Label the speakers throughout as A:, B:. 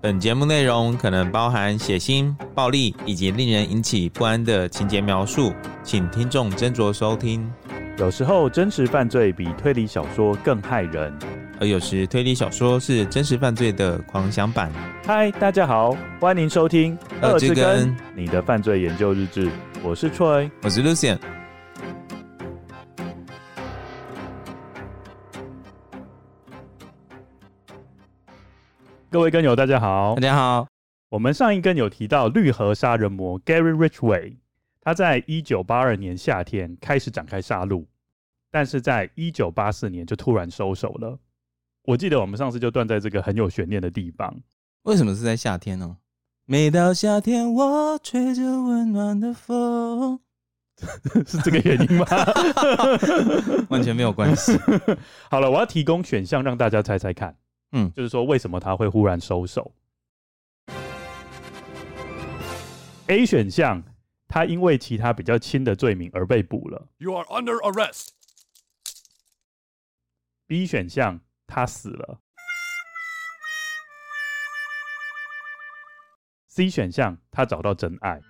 A: 本节目内容可能包含血腥、暴力以及令人引起不安的情节描述，请听众斟酌收听。
B: 有时候真实犯罪比推理小说更害人。
A: 而有时推理小说是真实犯罪的狂想版。
B: 嗨，大家好，欢迎收听《
A: 二之根
B: 你的犯罪研究日志》，我是 Troy。
A: 我是 Lucian，
B: 各位根友，大家好
C: 大。家好，
B: 我们上一根有提到绿河杀人魔 Gary Ridgway，他在一九八二年夏天开始展开杀戮，但是在一九八四年就突然收手了。我记得我们上次就断在这个很有悬念的地方。
C: 为什么是在夏天呢？每到夏天，我吹着温暖的风，
B: 是这个原因 吗？
C: 完全没有关系。
B: 好了，我要提供选项让大家猜猜看。
C: 嗯
B: 就是说为什么他会忽然收手？A 选项，他因为其他比较轻的罪名而被捕了。
D: You are under arrest.
B: B 选项，他死了。C 选项，他找到真爱。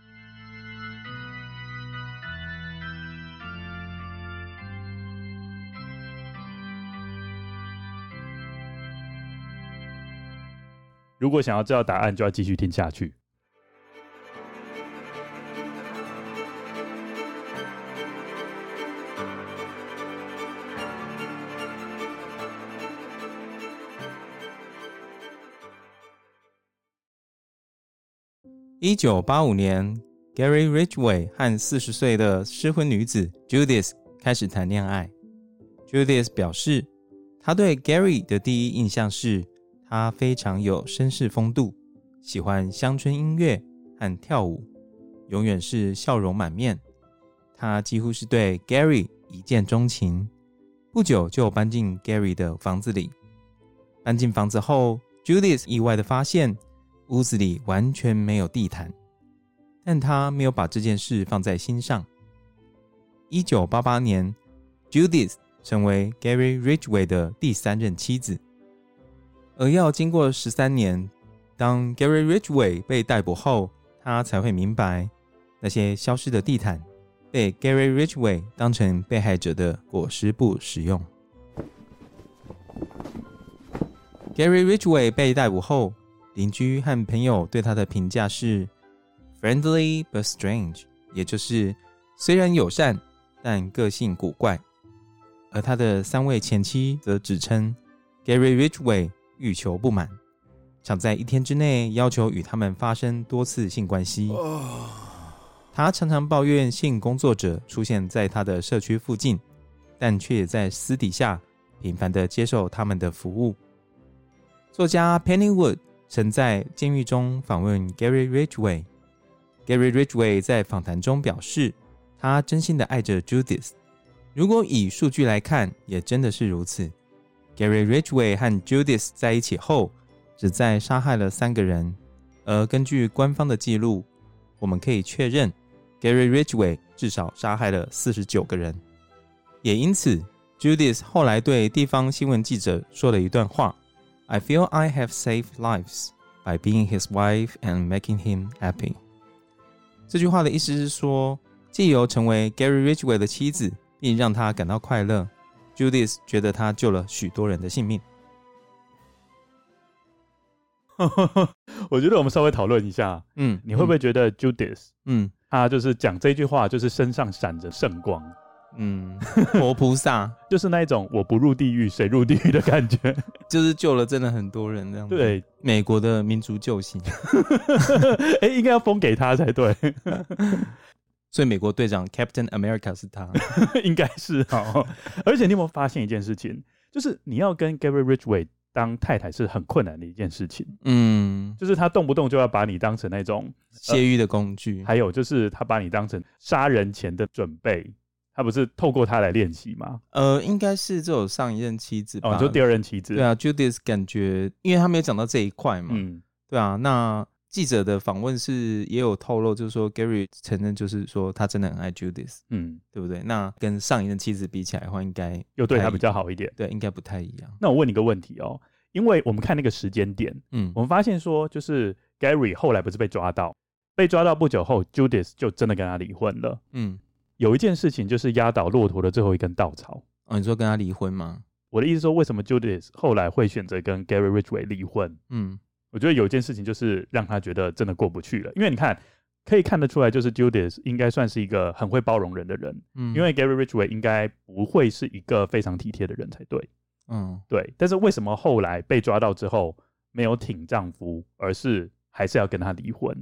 B: 如果想要知道答案，就要继续听下去。
C: 一九八五年，Gary Ridgway 和四十岁的失婚女子 Judith 开始谈恋爱。Judith 表示，她对 Gary 的第一印象是他非常有绅士风度，喜欢乡村音乐和跳舞，永远是笑容满面。她几乎是对 Gary 一见钟情，不久就搬进 Gary 的房子里。搬进房子后，Judith 意外的发现屋子里完全没有地毯，但他没有把这件事放在心上。一九八八年，Judith 成为 Gary Ridgway 的第三任妻子，而要经过十三年，当 Gary Ridgway 被逮捕后，他才会明白那些消失的地毯被 Gary Ridgway 当成被害者的裹尸布使用。Gary Ridgway 被逮捕后，邻居和朋友对他的评价是 “friendly but strange”，也就是虽然友善，但个性古怪。而他的三位前妻则指称 Gary Ridgway 欲求不满，想在一天之内要求与他们发生多次性关系。
D: Oh
C: 他常常抱怨性工作者出现在他的社区附近，但却也在私底下频繁地接受他们的服务。作家 Pennywood 曾在监狱中访问 Gary Ridgway。Gary Ridgway 在访谈中表示，他真心的爱着 Judith。如果以数据来看，也真的是如此。Gary Ridgway 和 Judith 在一起后，只在杀害了三个人。而根据官方的记录，我们可以确认，Gary Ridgway 至少杀害了四十九个人。也因此，Judith 后来对地方新闻记者说了一段话：“I feel I have saved lives by being his wife and making him happy。”这句话的意思是说，借由成为 Gary Ridgway 的妻子，并让他感到快乐，Judith 觉得他救了许多人的性命。
B: 我觉得我们稍微讨论一下，
C: 嗯，
B: 你会不会觉得 Judith
C: 嗯？
B: 他就是讲这句话，就是身上闪着圣光，
C: 嗯嗯，活菩萨
B: 就是那一种我不入地狱谁入地狱的感觉。
C: 嗯就是救了真的很多人这样子。，
B: 对，
C: 美国的民族救星，
B: 哎、应该要封给他才对，
C: 所以美国队长 Captain America 是他。
B: 应该是哦。而且你有没有发现一件事情，就是你要跟 Gary Ridgway 当太太是很困难的一件事情，
C: 嗯，
B: 就是他动不动就要把你当成那种，
C: 泄欲的工具。
B: 还有就是他把你当成杀人前的准备，他不是透过他来练习吗？
C: 呃，应该是这有上一任妻子吧？
B: 哦，你说第二任妻子，
C: 对啊，Judith 感觉，因为他没有讲到这一块嘛。
B: 嗯，
C: 对啊，那记者的访问是也有透露，就是说 Gary 承认，就是说他真的很爱 Judith，
B: 嗯，
C: 对不对？那跟上一任妻子比起来的话，应该
B: 又对他比较好一点。
C: 对，应该不太一样。
B: 那我问你个问题哦，因为我们看那个时间点，
C: 嗯
B: 我们发现说，就是 Gary 后来不是被抓到，被抓到不久后，Judith 就真的跟他离婚了。
C: 嗯，
B: 有一件事情就是压倒骆驼的最后一根稻草。
C: 哦，你说跟他离婚吗？
B: 我的意思说，为什么 Judith 后来会选择跟 Gary Ridgway 离婚？
C: 嗯
B: 我觉得有一件事情就是让他觉得真的过不去了，因为你看，可以看得出来，就是 Judith 应该算是一个很会包容人的人，
C: 嗯，
B: 因为 Gary Ridgway 应该不会是一个非常体贴的人才对。
C: 嗯
B: 对，但是为什么后来被抓到之后没有挺丈夫，而是还是要跟他离婚？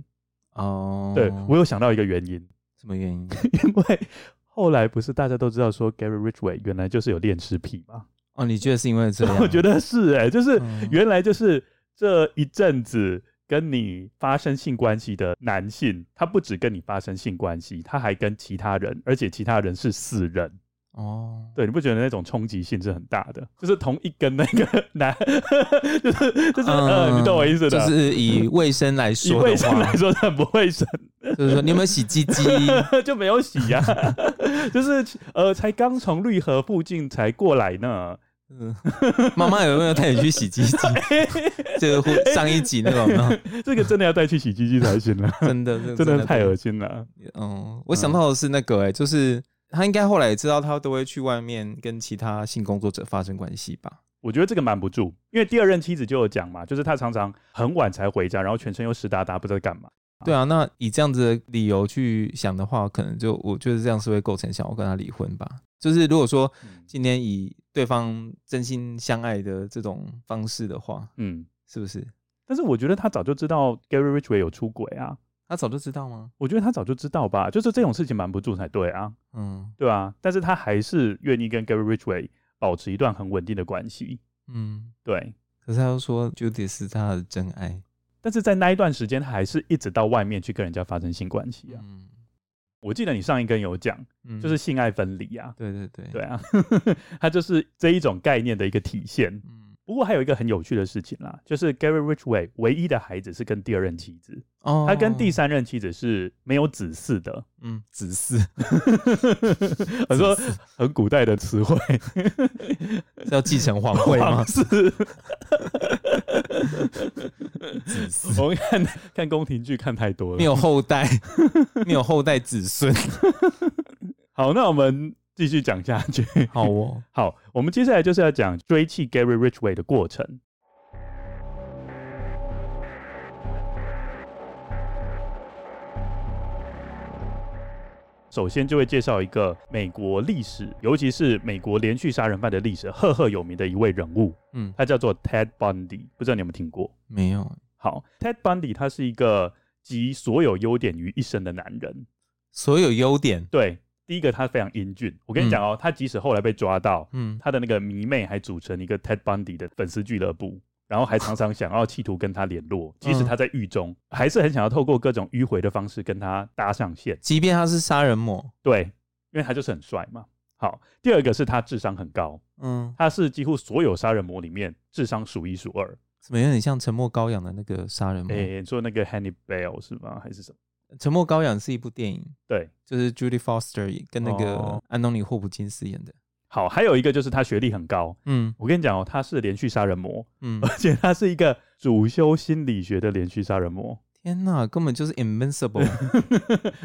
C: 哦，
B: 对我有想到一个原因，
C: 什么原因？
B: 因为后来不是大家都知道说 Gary Ridgway 原来就是有恋尸癖嘛？
C: 哦，你觉得是因为这样？
B: 我觉
C: 得
B: 得是哎、就是
C: 嗯
B: 原来就是这一阵子跟你发生性关系的男性，他不只跟你发生性关系，他还跟其他人，而且其他人是死人。
C: 哦，
B: 对，你不觉得那种冲击性是很大的？就是同一根那个男， 就是就是、呃，你懂我意思的。
C: 嗯就是以卫生来
B: 以
C: 说
B: 卫
C: 的
B: 生来
C: 话，
B: 说，很不卫生，
C: 就是说你有没有洗鸡鸡？
B: 就没有洗呀、就是呃，才刚从绿河附近才过来呢。
C: 嗯妈妈有没有带你去洗鸡 鸡？这个上一集那种有没有，
B: 这个真的要带去洗鸡鸡才行了，
C: 嗯 真的这个
B: 真的太恶
C: 恶
B: 心了。
C: 嗯，我想到的是那个、哎，就是他应该后来也知道，他都会去外面跟其他性工作者发生关系吧？
B: 我觉得这个瞒不住，因为第二任妻子就有讲嘛，就是他常常很晚才回家，然后全身又湿哒哒，不知道在干嘛。
C: 对啊，那以这样子的理由去想的话，可能就我觉得这样是会构成想要跟他离婚吧。就是如果说今天以对方真心相爱的这种方式的话，
B: 嗯，
C: 是不是？
B: 但是我觉得他早就知道 Gary Ridgway 有出轨啊，
C: 他早就知道吗？
B: 我觉得他早就知道吧，就是这种事情瞒不住才对啊，
C: 嗯
B: 对啊，但是他还是愿意跟 Gary Ridgway 保持一段很稳定的关系，
C: 嗯。
B: 对。
C: 可是他又说 Judy 是他的真爱。
B: 但是在那一段时间，他还是一直到外面去跟人家发生性关系啊。
C: 嗯
B: 我记得你上一根有讲，
C: 嗯
B: 就是性爱分离啊，
C: 对对对
B: 对啊， 它就是这一种概念的一个体现。
C: 嗯
B: 不过还有一个很有趣的事情啦，就是 Gary Ridgway 唯一的孩子是跟第二任妻子，
C: 哦
B: 他跟第三任妻子是没有子 嗣的。
C: 嗯子嗣
B: 我说很古代的词汇，
C: 是要继承皇位吗
B: 皇？室。
C: 子嗣
B: 我们看看宫廷剧看太多
C: 没
B: 了。
C: 有后 代，没有后代子孙。
B: 好，那我们继续讲下去。
C: 好哦，
B: 好，我们接下来就是要讲追弃 Gary Ridgway 的过程。首先就会介绍一个美国历史，尤其是美国连续杀人犯的历史赫赫有名的一位人物，
C: 嗯，
B: 他叫做 Ted Bundy，不知道你有没有听过？
C: 没有，
B: 好，Ted Bundy 他是一个集所有优点于一身的男人，
C: 所有优点，
B: 对，第一个他非常英俊。我跟你讲哦，他即使后来被抓到，
C: 嗯，
B: 他的那个迷妹还组成一个 Ted Bundy 的粉丝俱乐部，然后还常常想要企图跟他联络，即使他在狱中，还是很想要透过各种迂回的方式跟他搭上线。
C: 即便他是杀人魔，
B: 对，因为他就是很帅嘛。好，第二个是他智商很高，
C: 嗯，
B: 他是几乎所有杀人魔里面智商数一数二。
C: 怎么有点像沉默羔羊的那个杀人魔？
B: 诶、你说那个 Henny Bell 是吗？还是什么？
C: 沉默羔羊是一部电影，
B: 对，
C: 就是 Judy Foster 跟那个
B: 哦
C: 安东尼霍普金斯演的。
B: 好，还有一个就是他学历很高。
C: 嗯
B: 我跟你讲哦，他是连续杀人魔，
C: 嗯，
B: 而且他是一个主修心理学的连续杀人魔。
C: 天哪，根本就是 invincible。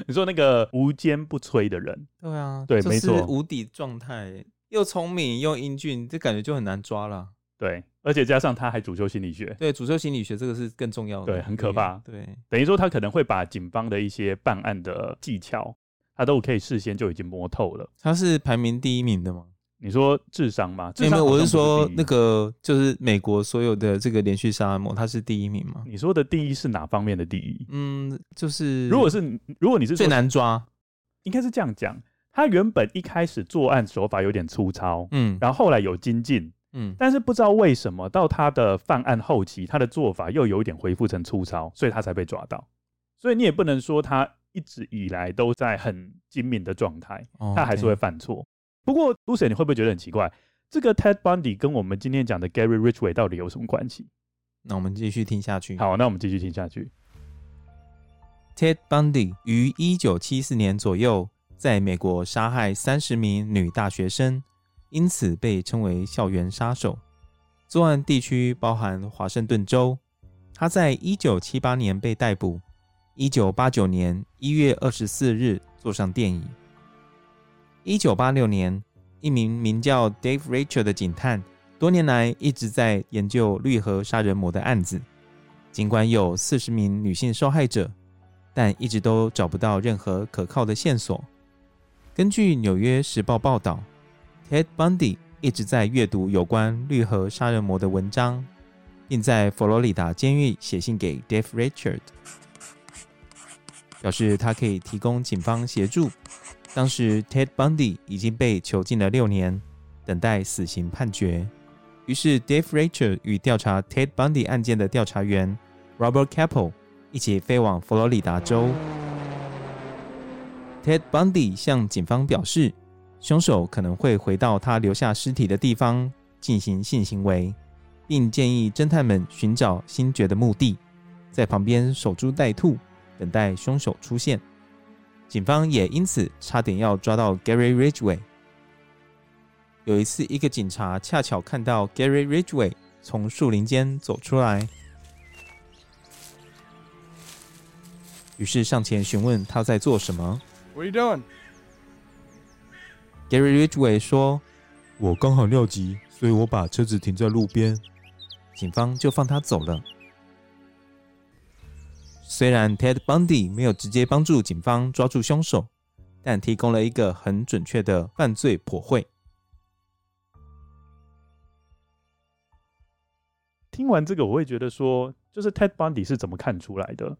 B: 你说那个无坚不摧的人，
C: 对啊，
B: 对
C: 就
B: 没
C: 是
B: 错
C: 无敌状态，又聪明又英俊，这感觉就很难抓了。
B: 对，而且加上他还主修心理学，
C: 对，主修心理学这个是更重要的，
B: 对很可怕
C: 对，
B: 等于说他可能会把警方的一些办案的技巧，他都可以事先就已经摸透了。
C: 他是排名第一名的吗？
B: 你说智商吗？
C: 没
B: 智
C: 有，没
B: 商
C: 有，我
B: 好像
C: 是
B: 不
C: 说
B: 第一
C: 那，个就是美国所有的这个连续杀人魔，他是第一名吗？
B: 你说的第一是哪方面的第一？
C: 嗯，就是
B: 如果是如果你是
C: 最
B: 说，
C: 难抓，
B: 应该是这样讲，他原本一开始作案手法有点粗糙，
C: 嗯
B: 然后后来有精进，
C: 嗯，
B: 但是不知道为什么到他的犯案后期，他的做法又有一点恢复成粗糙，所以他才被抓到。所以你也不能说他一直以来都在很精明的状态，
C: 哦
B: 他还是会犯错。不过，Lucy，你会不会觉得很奇怪？这个 Ted Bundy 跟我们今天讲的 Gary Ridgway 到底有什么关系？
C: 那我们继续听下去。
B: 好，那我们继续听下去。
C: ，Ted Bundy 于一九七四年左右在美国杀害三十名女大学生，因此被称为校园杀手。作案地区包含华盛顿州。他在一九七八年被逮捕，一九八九年一月二十四日坐上电椅。一九八六年，一名名叫 Dave Rachel 的警探，多年来一直在研究绿河杀人魔的案子。尽管有四十名女性受害者，但一直都找不到任何可靠的线索。根据《纽约时报》报道，Ted Bundy 一直在阅读有关绿河杀人魔的文章，并在佛罗里达监狱写信给 Dave Richard，表示他可以提供警方协助。当时 Ted Bundy 已经被囚禁了六年，等待死刑判决。于是 Dave Richard 与调查 Ted Bundy 案件的调查员 Robert Capel 一起飞往佛罗里达州。Ted Bundy 向警方表示，凶手可能会回到他留下尸体的地方进行性行为，并建议侦探们寻找星爵的墓地，在旁边守株待兔，等待凶手出现。警方也因此差点要抓到 Gary Ridgway。有一次，一个警察恰巧看到 Gary Ridgway 从树林间走出来，于是上前询问他在做什么。
D: What are you doing?
C: Gary Ridgway 说
E: 我刚好尿急，所以我把车子停在路边。：“
C: 警方就放他走了。”虽然 Ted Bundy 没有直接帮助警方抓住凶手，但提供了一个很准确的犯罪破绘。
B: 听完这个，我会觉得说，就是 Ted Bundy 是怎么看出来的？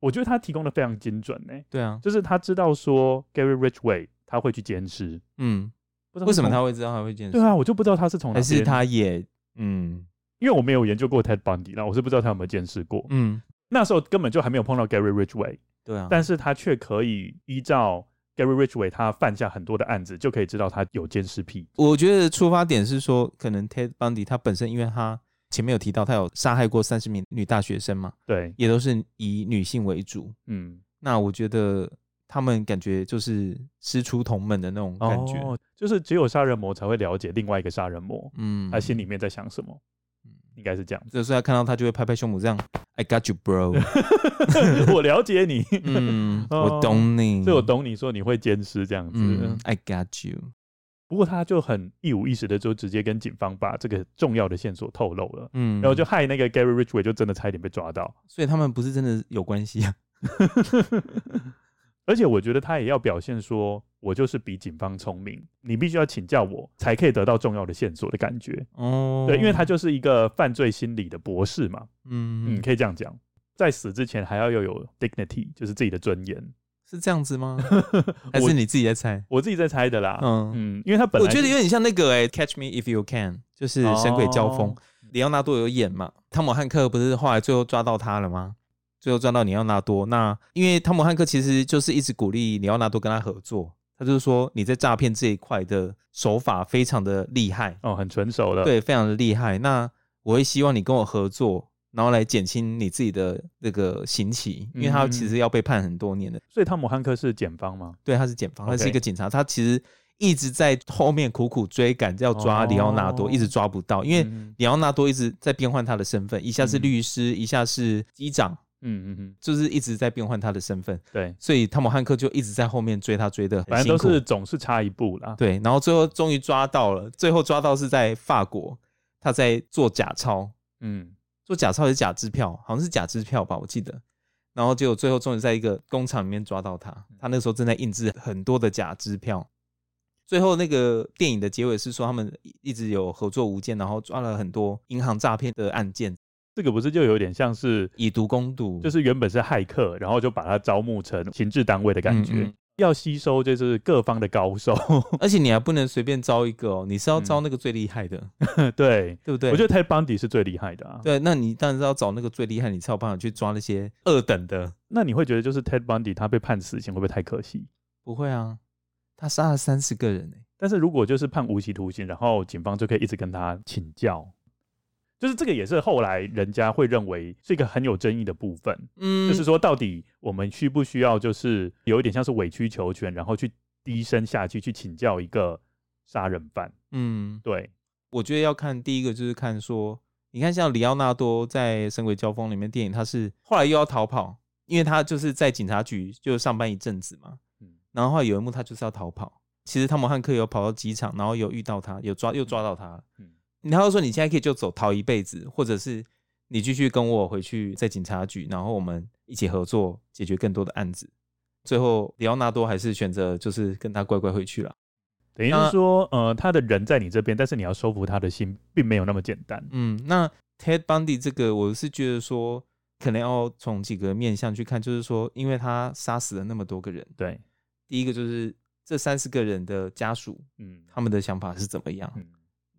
B: 我觉得他提供的非常精准呢、欸
C: 对啊，
B: 就是他知道说 Gary Ridgway 他会去监视，
C: 嗯，
B: 不知道
C: 为什么
B: 从
C: 他会知道他会见？
B: 对啊，我就不知道他是从哪
C: 还是
B: 边，
C: 他也嗯
B: 因为我没有研究过 Ted Bundy，那我是不知道他有没有监视过。
C: 嗯，
B: 那时候根本就还没有碰到 Gary Ridgway，
C: 对啊，
B: 但是他却可以依照 Gary Ridgway 他犯下很多的案子，就可以知道他有监视癖。
C: 我觉得出发点是说，可能 Ted Bundy 他本身，因为他前面有提到他有杀害过三十名女大学生嘛，
B: 对，
C: 也都是以女性为主。
B: 嗯，
C: 那我觉得他们感觉就是师出同门的那种感觉，
B: 哦、就是只有杀人魔才会了解另外一个杀人魔
C: 嗯，。
B: 他心里面在想什么，应该是这样
C: 嗯就是他看到他就会拍拍胸脯这样，I got you, bro。
B: 我了解你，
C: 嗯，
B: 哦
C: 我懂你，
B: 所以我懂你说你会监视这样子。
C: 嗯，I got you。
B: 不过他就很一五一十的就直接跟警方把这个重要的线索透露了。
C: 嗯，
B: 然后就害那个 Gary Ridgway 就真的差一点被抓到，
C: 所以他们不是真的有关系啊。
B: 而且我觉得他也要表现说，我就是比警方聪明，你必须要请教我才可以得到重要的线索的感觉。
C: 哦，
B: 对，因为他就是一个犯罪心理的博士嘛，
C: 嗯
B: 嗯，可以这样讲。在死之前还要要有 dignity，就是自己的尊严。
C: 是这样子 吗？还
B: 我
C: 是你自己在猜？
B: 我自己在猜的啦，
C: 嗯
B: 嗯，因为他本来
C: 我觉得有点像那个哎、c a t c h Me If You Can，就是《神鬼交锋》
B: 哦
C: 里奥纳多有演嘛？汤姆汉克不是后来最后抓到他了吗？最后抓到里奥纳多，那因为汤姆汉克其实就是一直鼓励里奥纳多跟他合作，他就是说你在诈骗这一块的手法非常的厉害，
B: 哦很成熟了，，
C: 对，非常的厉害。那我会希望你跟我合作，然后来减轻你自己的那个刑期，因为他
B: 嗯
C: 其实要被判很多年的。
B: 所以汤姆汉克是检方吗？
C: 对，他是检方，他是
B: OK
C: 一个警察，他其实一直在后面苦苦追赶，要抓里奥纳多，
B: 哦
C: 一直抓不到，因为
B: 嗯
C: 里奥纳多一直在变换他的身份，一下是
B: 嗯
C: 律师，一下是机长，
B: 嗯嗯嗯，
C: 就是一直在变换他的身份，
B: 对，
C: 所以汤姆汉克就一直在后面追他，追的很
B: 反
C: 辛
B: 正
C: 苦。
B: 都是总是差一步啦。
C: 对，然后最后终于抓到了，最后抓到是在法国，他在做假钞，
B: 嗯，
C: 做假钞还是假支票，好像是假支票吧，我记得。然后结果最后终于在一个工厂里面抓到他，
B: 嗯
C: 他那时候正在印制很多的假支票。最后那个电影的结尾是说他们一直有合作无间，然后抓了很多银行诈骗的案件，
B: 这个不是就有点像是
C: 以毒攻毒，
B: 就是原本是骇客，然后就把他招募成情治单位的感觉，
C: 嗯嗯
B: 要吸收就是各方的高手。
C: 而且你还不能随便招一个哦，你是要招那个最厉害的，
B: 对，
C: 对不对？
B: 嗯我觉得 Ted Bundy 是最厉害的啊。
C: 对，那你当然是要找那个最厉害，你才有办法去抓那些二等的。
B: 那你会觉得就是 Ted Bundy 他被判死刑会不会太可惜？
C: 不会啊，他杀了三十个人、欸、
B: 但是如果就是判无期徒刑，然后警方就可以一直跟他请教，就是这个也是后来人家会认为是一个很有争议的部分，
C: 嗯，
B: 就是说到底我们需不需要就是有一点像是委曲求全，然后去低声下气去请教一个杀人犯？
C: 嗯，
B: 对，
C: 我觉得要看第一个就是看说，你看像里奥纳多在《神鬼交锋》里面电影，他是后来又要逃跑，因为他就是在警察局就上班一阵子嘛，
B: 嗯
C: 然后后来有一幕他就是要逃跑，其实汤姆汉克有跑到机场，然后有遇到他，有抓又抓到他，
B: 嗯
C: 嗯，他就说你现在可以就走逃一辈子，或者是你继续跟我回去在警察局，然后我们一起合作解决更多的案子。最后，里奥纳多还是选择就是跟他乖乖回去了。
B: 等于
C: 那
B: 是说，呃，他的人在你这边，但是你要收服他的心，并没有那么简单。
C: 嗯，那 Ted Bundy 这个，我是觉得说，可能要从几个面向去看，就是说，因为他杀死了那么多个人，
B: 对，
C: 第一个就是这三十个人的家属，
B: 嗯，
C: 他们的想法是怎么样？
B: 嗯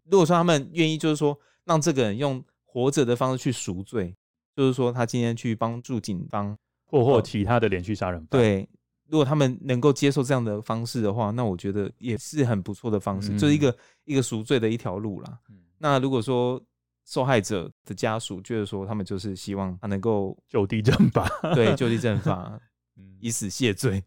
C: 如果说他们愿意，就是说让这个人用活着的方式去赎罪，就是说他今天去帮助警方，
B: 或或其他的连续杀人犯，，
C: 对。如果他们能够接受这样的方式的话，那我觉得也是很不错的方式，
A: 嗯
C: 就是一个一个赎罪的一条路啦。
B: 嗯
C: 那如果说受害者的家属觉得说他们就是希望他能够
B: 就地正法，
C: 对就地正 法，以死谢罪。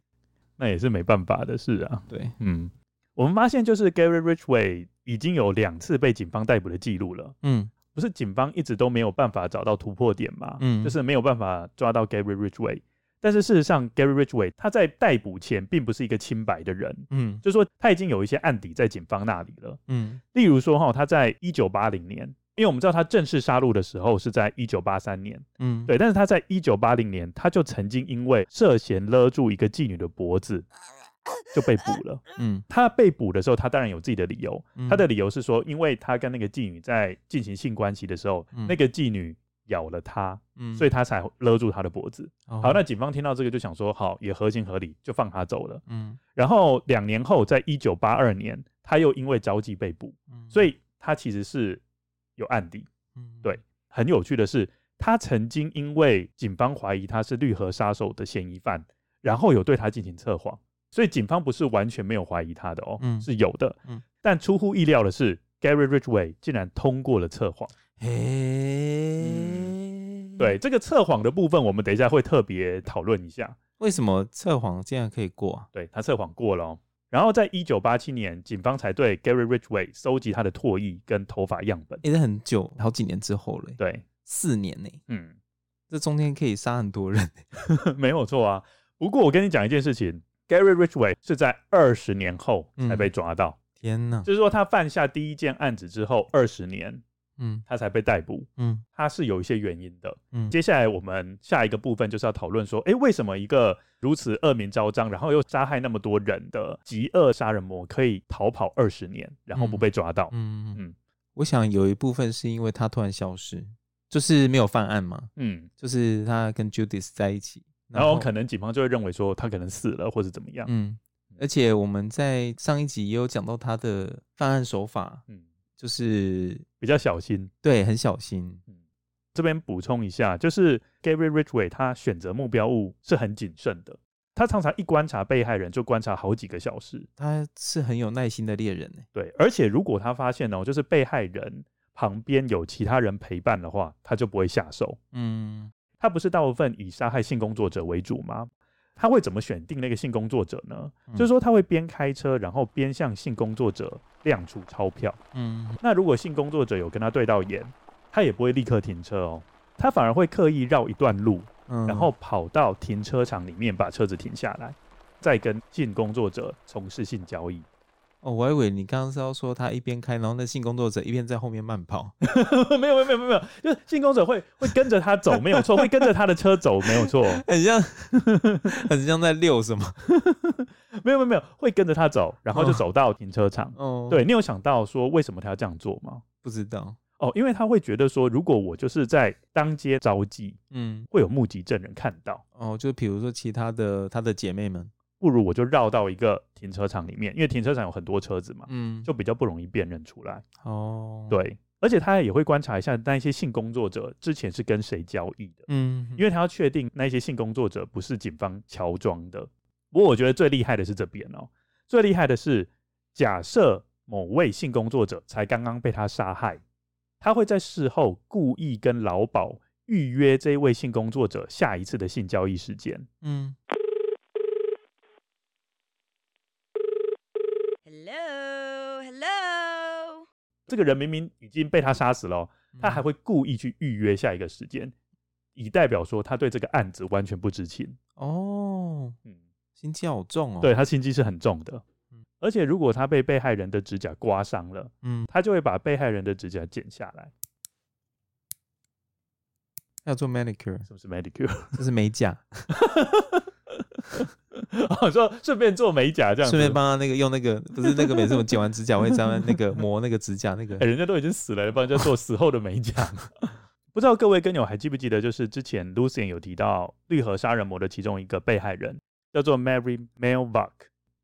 B: 那也是没办法的事啊。
C: 对，
B: 嗯，我们发现就是 Gary Richway 已经有两次被警方逮捕的记录了。
C: 嗯
B: 不是警方一直都没有办法找到突破点嘛？
C: 嗯
B: 就是没有办法抓到 Gary Ridgway。但是事实上，Gary Ridgway 他在逮捕前并不是一个清白的人，
C: 嗯
B: 就是说他已经有一些案底在警方那里了。
C: 嗯
B: 例如说哈，他在一九八零年，因为我们知道他正式杀戮的时候是在一九八三年，
C: 嗯，
B: 对，但是他在一九八零年他就曾经因为涉嫌勒住一个妓女的脖子就被捕了。
C: 嗯，
B: 他被捕的时候，他当然有自己的理由，
C: 嗯
B: 他的理由是说，因为他跟那个妓女在进行性关系的时候，
C: 嗯
B: 那个妓女咬了他，
C: 嗯
B: 所以他才勒住他的脖子。
C: 哦
B: 好，那警方听到这个就想说，好，也合情合理，就放他走了。
C: 嗯
B: 然后两年后，在一九八二年，他又因为交际被捕，
C: 嗯
B: 所以他其实是有案底。
C: 嗯
B: 对很有趣的是，他曾经因为警方怀疑他是绿河杀手的嫌疑犯，然后有对他进行测谎，所以警方不是完全没有怀疑他的哦，
C: 嗯
B: 是有的。
C: 嗯
B: 但出乎意料的是，Gary Ridgway 竟然通过了测谎。
C: 嘿，
B: 嗯对这个测谎的部分，我们等一下会特别讨论一下。
C: 为什么测谎竟然可以过啊？
B: 对他测谎过了、哦。然后在一九八七年，警方才对 Gary Ridgway 收集他的唾液跟头发样本。
C: 也是很久，好几年之后了，
B: 对，
C: 四年呢，
B: 嗯，
C: 这中间可以杀很多人。
B: 没有错啊。不过我跟你讲一件事情，Gary Ridgway 是在二十年后才被抓到，
C: 天哪，
B: 就是说他犯下第一件案子之后二十年，
C: 嗯
B: 他才被逮捕，
C: 嗯
B: 他是有一些原因的。
C: 嗯
B: 接下来我们下一个部分就是要讨论说，诶，为什么一个如此恶名昭彰，然后又杀害那么多人的极恶杀人魔可以逃跑二十年，然后不被抓到？
C: 嗯嗯
B: 嗯，
C: 我想有一部分是因为他突然消失，就是没有犯案嘛。
B: 嗯，
C: 就是他跟 Judith 在一起，
B: 然后哦可能警方就会认为说他可能死了或者怎么样。
C: 嗯，而且我们在上一集也有讲到他的犯案手法，
B: 嗯，
C: 就是
B: 比较小心。
C: 对很小心，
B: 这边补充一下，就是 Gary Ridgway 他选择目标物是很谨慎的，他常常一观察被害人就观察好几个小时。
C: 他是很有耐心的猎人欸
B: 对，而且如果他发现哦，就是被害人旁边有其他人陪伴的话，他就不会下手。
C: 嗯
B: 他不是大部分以杀害性工作者为主吗？他会怎么选定那个性工作者呢？
C: 嗯
B: 就是说他会边开车，然后边向性工作者亮出钞票。
C: 嗯
B: 那如果性工作者有跟他对到眼，他也不会立刻停车哦，他反而会刻意绕一段路，
C: 嗯，
B: 然后跑到停车场里面把车子停下来，再跟性工作者从事性交易。
C: 哦，我还以为你刚刚是要说他一边开，然后那性工作者一边在后面慢跑，
B: 没有没有没有没有，就是性工作者会会跟着他走，没有错，会跟着他的车走，没 有错，
C: 很像很像在遛什么，
B: 没有没有没有，会跟着他走，然后就
C: 哦
B: 走到停车场。
C: 哦，，
B: 对你有想到说为什么他要这样做吗？
C: 不知道，
B: 哦，因为他会觉得说，如果我就是在当街招妓，
C: 嗯，
B: 会有目击证人看到。
C: 哦，就比如说其他的他的姐妹们，
B: 不如我就绕到一个停车场里面，因为停车场有很多车子嘛，
C: 嗯，
B: 就比较不容易辨认出来。
C: 哦，，
B: 对，而且他也会观察一下那一些性工作者之前是跟谁交易的，
C: 嗯，
B: 因为他要确定那一些性工作者不是警方乔装的。不过我觉得最厉害的是这边哦，最厉害的是假设某位性工作者才刚刚被他杀害，他会在事后故意跟劳保预约这位性工作者下一次的性交易时间。
C: 嗯
D: Hello, hello.
B: 这个人明明已经被他杀死了哦，他
C: 嗯
B: 还会故意去预约下一个时间，以代表说他对这个案子完全不知情。
C: 哦，
B: 嗯，
C: 心机好重哦。
B: 对，他心机是很重的
C: 嗯。
B: 而且如果他被被害人的指甲刮伤了，
C: 嗯，
B: 他就会把被害人的指甲剪下来，
C: 要做 manicure，
B: 是不是 medicure？
C: 这是美甲，
B: 哦， 说顺便做美甲这样子，
C: 顺便帮他那个用那个，不是那个每次我剪完指甲会专门那 个磨那个指甲那个
B: 哎、。人家都已经死了，帮人家做死后的美甲。 不知道各位跟友还记不记得，就是之前 Lucian 有提到绿河杀人魔的其中一个被害人叫做 Mary Melvac。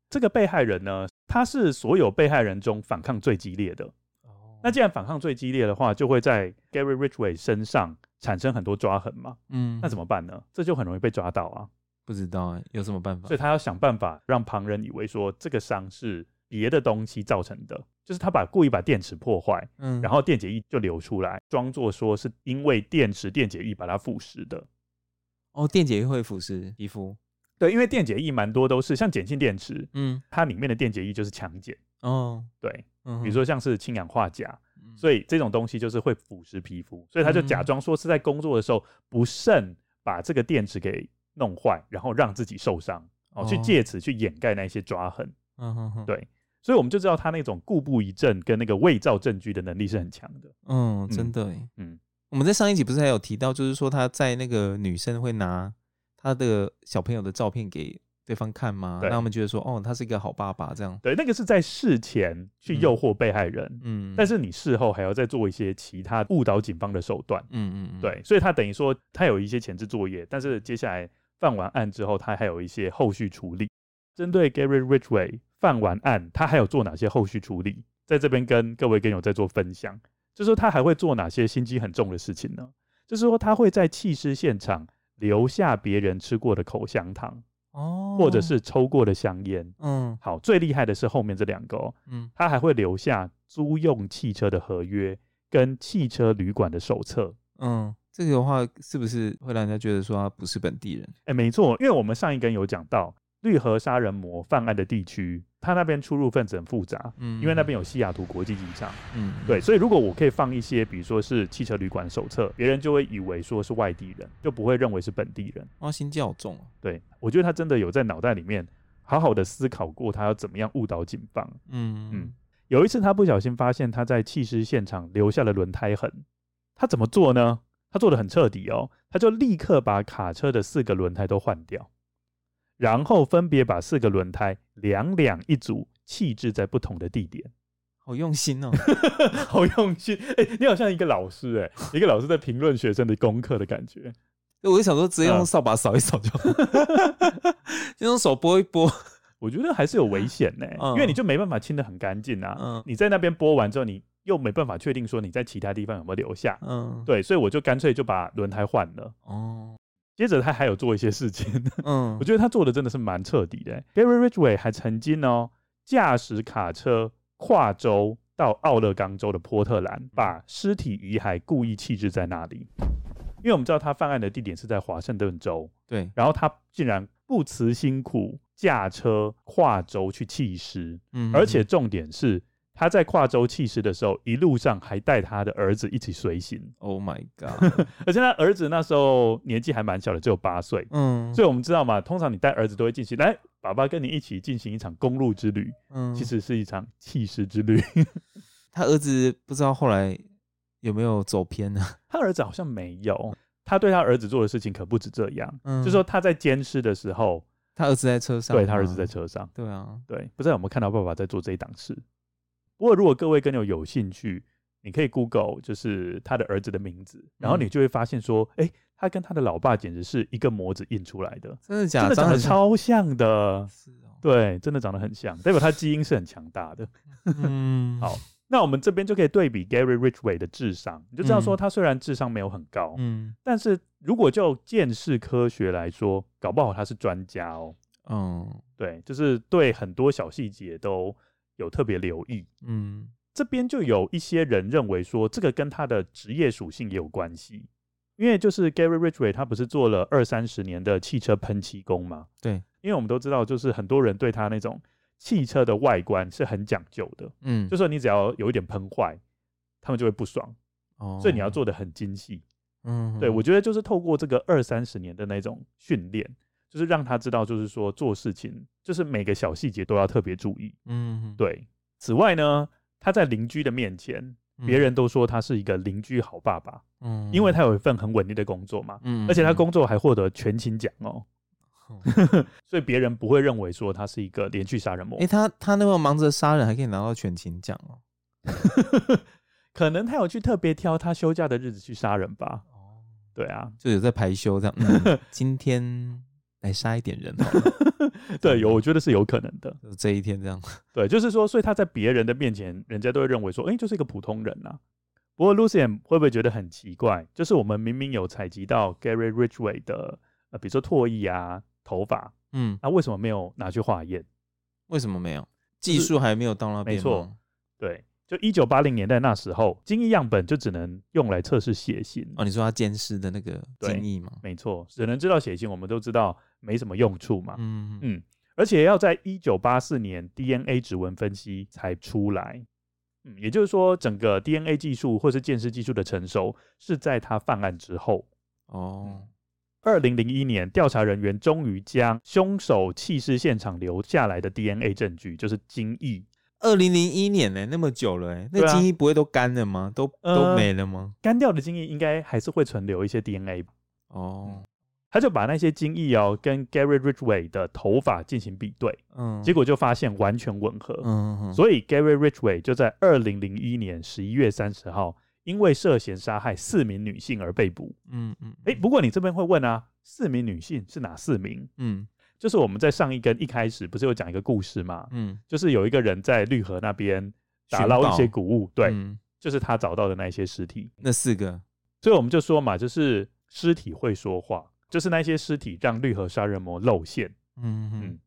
B: 这个被害人呢，他是所有被害人中反抗最激烈的。
C: 哦
B: 那既然反抗最激烈的话，就会在 Gary Ridgway 身上产生很多抓痕嘛。
C: 嗯，
B: 那怎么办呢？这就很容易被抓到啊。
C: 不知道啊？有什么办法
B: 所？以他要想办法让旁人以为说这个伤是别的东西造成的，就是他把故意把电池破坏，
C: 嗯，
B: 然
C: 后
B: 后电解液就流出来，装作说是因为电池电解液把它腐蚀的。
C: 哦，电解液会腐蚀皮肤。
B: 对，因为电解液蛮多都是像碱性电池，
C: 嗯，
B: 它里面的电解液就是强碱。
C: 哦，
B: 对，
C: 嗯哼，
B: 比如说像是氢氧化钾，
C: 嗯，
B: 所以这种东西就是会腐蚀皮肤，所以他就假装说是在工作的时候不慎把这个电池给弄坏，然后让自己受伤，哦，去
C: 哦
B: 借此去掩盖那些抓痕。
C: 嗯哼哼，
B: 对所以我们就知道他那种固步一阵跟那个伪造证据的能力是很强的。
C: 嗯，
B: 嗯
C: 真的诶。
B: 嗯，
C: 我们在上一集不是还有提到，就是说他在那个女生会拿他的小朋友的照片给对方看吗？
B: 对
C: 让他们觉得说，哦，他是一个好爸爸这样。
B: 对，那个是在事前去诱惑被害人，
C: 嗯，
B: 但
C: 是，
B: 是你事后还要再做一些其他误导警方的手段。
C: 嗯嗯嗯，
B: 对，所以他等于说他有一些前置作业，但是接下来犯完案之后，他还有一些后续处理。针对 Gary Ridgway 犯完案，他还有做哪些后续处理？在这边跟各位跟友在做分享，就是说他还会做哪些心机很重的事情呢？就是说他会在弃尸现场留下别人吃过的口香糖，
C: 哦，
B: 或者是抽过的香烟。
C: 嗯
B: 好，最厉害的是后面这两个哦，
C: 嗯，
B: 他还会留下租用汽车的合约跟汽车旅馆的手册。
C: 嗯，这个的话是不是会让人家觉得说他不是本地人？
B: 哎，没错，因为我们上一根有讲到绿河杀人魔犯案的地区，他那边出入分子很复杂，
C: 嗯，
B: 因为那边有西雅图国际机场，
C: 嗯，嗯，
B: 对，所以如果我可以放一些，比如说是汽车旅馆手册，别人就会以为说是外地人，就不会认为是本地人。
C: 哇，心机好重哦。
B: 对我觉得他真的有在脑袋里面好好的思考过，他要怎么样误导警方。
C: 嗯嗯
B: 嗯，有一次，他不小心发现他在弃尸现场留下了轮胎痕。他怎么做呢？他做的很彻底哦，他就立刻把卡车的四个轮胎都换掉，然后分别把四个轮胎两两一组弃置在不同的地点。
C: 好用心哦。
B: 好用心，哎、你好像一个老师、哎， 一个老师在评论学生的功课的感觉。
C: 我就想说，直接用
B: 嗯
C: 扫把扫一扫就好， 就用手拨一拨。
B: 我觉得还是有危险呢、
C: 嗯
B: 因为你就没办法清的很干净啊。
C: 嗯
B: 你在那边播完之后，你又没办法确定说你在其他地方有没有留下。
C: 嗯，，
B: 对，所以我就干脆就把轮胎换了。
C: 哦，
B: 接着他还有做一些事情，
C: 嗯
B: 我，觉得他做的真的是蛮彻底的欸、Barry Ridgway 还曾经哦驾驶卡车跨州到奥勒冈州的波特
C: 嗯
B: 兰，把尸体遗骸故意弃置在那里。因为我们知道他犯案的地点是在华盛顿州，
C: 对，
B: 然后他竟然不辞辛苦驾车跨州去弃尸，
C: 嗯，
B: 而且重点是他在跨州弃尸的时候，一路上还带他的儿子一起随行，
C: ，Oh my god，
B: 而且他儿子那时候年纪还蛮小的，只有八岁，
C: 嗯，
B: 所以我们知道嘛，通常你带儿子都会进行，来，爸爸跟你一起进行一场公路之旅，
C: 嗯
B: 其实是一场弃尸之旅。
C: 他儿子不知道后来有没有走偏呢、
B: 他儿子好像没有，他对他儿子做的事情可不止这样，
C: 嗯
B: 就说他在监视的时候，
C: 他儿子在车上，
B: 对他儿子在，车上，
C: 对啊，
B: 对，不知道有没有看到爸爸在做这一档事。不过如果各位跟友有兴趣，你可以 Google 就是他的儿子的名字，然
C: 嗯
B: 后你就会发现说，哎、他跟他的老爸简直是一个模子印出来的，
C: 真的假
B: 真的长得
C: 很像
B: 超像的。
C: 是哦，
B: 对，真的长得很像，代表他基因是很强大的。
C: 嗯，
B: 好那我们这边就可以对比 Gary Ridgway 的智商，你就知道说他虽然智商没有很高，
C: 嗯
B: 但是如果就见识科学来说，搞不好他是专家哦。
C: 嗯
B: 对，就是对很多小细节都有特别留意。
C: 嗯，
B: 这边就有一些人认为说，这个跟他的职业属性也有关系，因为就是 Gary Ridgway 他不是做了二三十年的汽车喷漆工嘛？
C: 对，
B: 因为我们都知道，就是很多人对他那种汽车的外观是很讲究的，
C: 嗯，
B: 就说你只要有一点喷坏，他们就会不爽。
C: 哦
B: 所以你要，做的很精细。
C: 嗯
B: 对我觉得就是透过这个二三十年的那种训练，就是让他知道，就是说做事情就是每个小细节都要特别注意。
C: 嗯，
B: 对，此外呢，他在邻居的面前，
C: 嗯
B: 别人都说他是一个邻居好爸爸，
C: 嗯
B: 因为他有一份很稳定的工作嘛，
C: 嗯
B: 而且他工作还获得全勤奖哦。 所以别人不会认为说他是一个连续杀人魔
C: 哎、，他他那么忙着杀人，还可以拿到全勤奖哦。
B: 可能他有去特别挑他休假的日子去杀人吧。
C: 哦，
B: 对啊，
C: 就有在排休这样。 嗯、今天来杀一点人好了，
B: 对，有我觉得是有可能的。
C: 就是这一天这样。
B: 对，就是说，所以他在别人的面前，人家都会认为说，哎、就是一个普通人呐、不过 Lucian 会不会觉得很奇怪？就是我们明明有采集到 Gary Ridgway 的，呃，比如说唾液啊、头发，
C: 嗯，
B: 那、为什么没有拿去化验？
C: 为什么没有？技术还没有到那边吗。
B: 没错对，就一九八零年代那时候，精液样本就只能用来测试血型，
C: 哦，你说他监视的那个
B: 对
C: 精益吗？
B: 没错，只能知道血型，我们都知道没什么用处嘛。
C: 嗯
B: 嗯而且要在一九八四年 DNA 指纹分析才出来。嗯，也就是说，整个 DNA 技术或是鉴识技术的成熟是在他犯案之后。嗯
C: 哦，
B: 二零零一年，调查人员终于将凶手弃尸现场留下来的 DNA 证据，就是精液，
C: 二零零一年呢、那么久了、欸，那
B: 对啊
C: 精益不会都干了吗？都、都
B: 呃
C: 没了吗？
B: 干掉的精液应该还是会存留一些 DNA 吧。
C: 哦，
B: 他就把那些精液哦跟 Gary Ridgway 的头发进行比对，
C: 嗯，
B: 结果就发现完全吻合。
C: 嗯，嗯，
B: 所以 Gary Ridgway 就在二零零一年十一月三十号，因为涉嫌杀害四名女性而被捕。
C: 嗯嗯，
B: 诶，不过你这边会问啊，四名女性是哪四名？
C: 嗯
B: 就是我们在上一根一开始不是有讲一个故事嘛，
C: 嗯，
B: 就是有一个人在绿河那边打
C: 寻
B: 捞一
C: 宝
B: 些谷物，对，
C: 嗯
B: 就是他找到的那些尸体。
C: 那四个，
B: 所以我们就说嘛，就是尸体会说话，就是那些尸体让绿河杀人魔露馅。
C: 嗯嗯
B: 嗯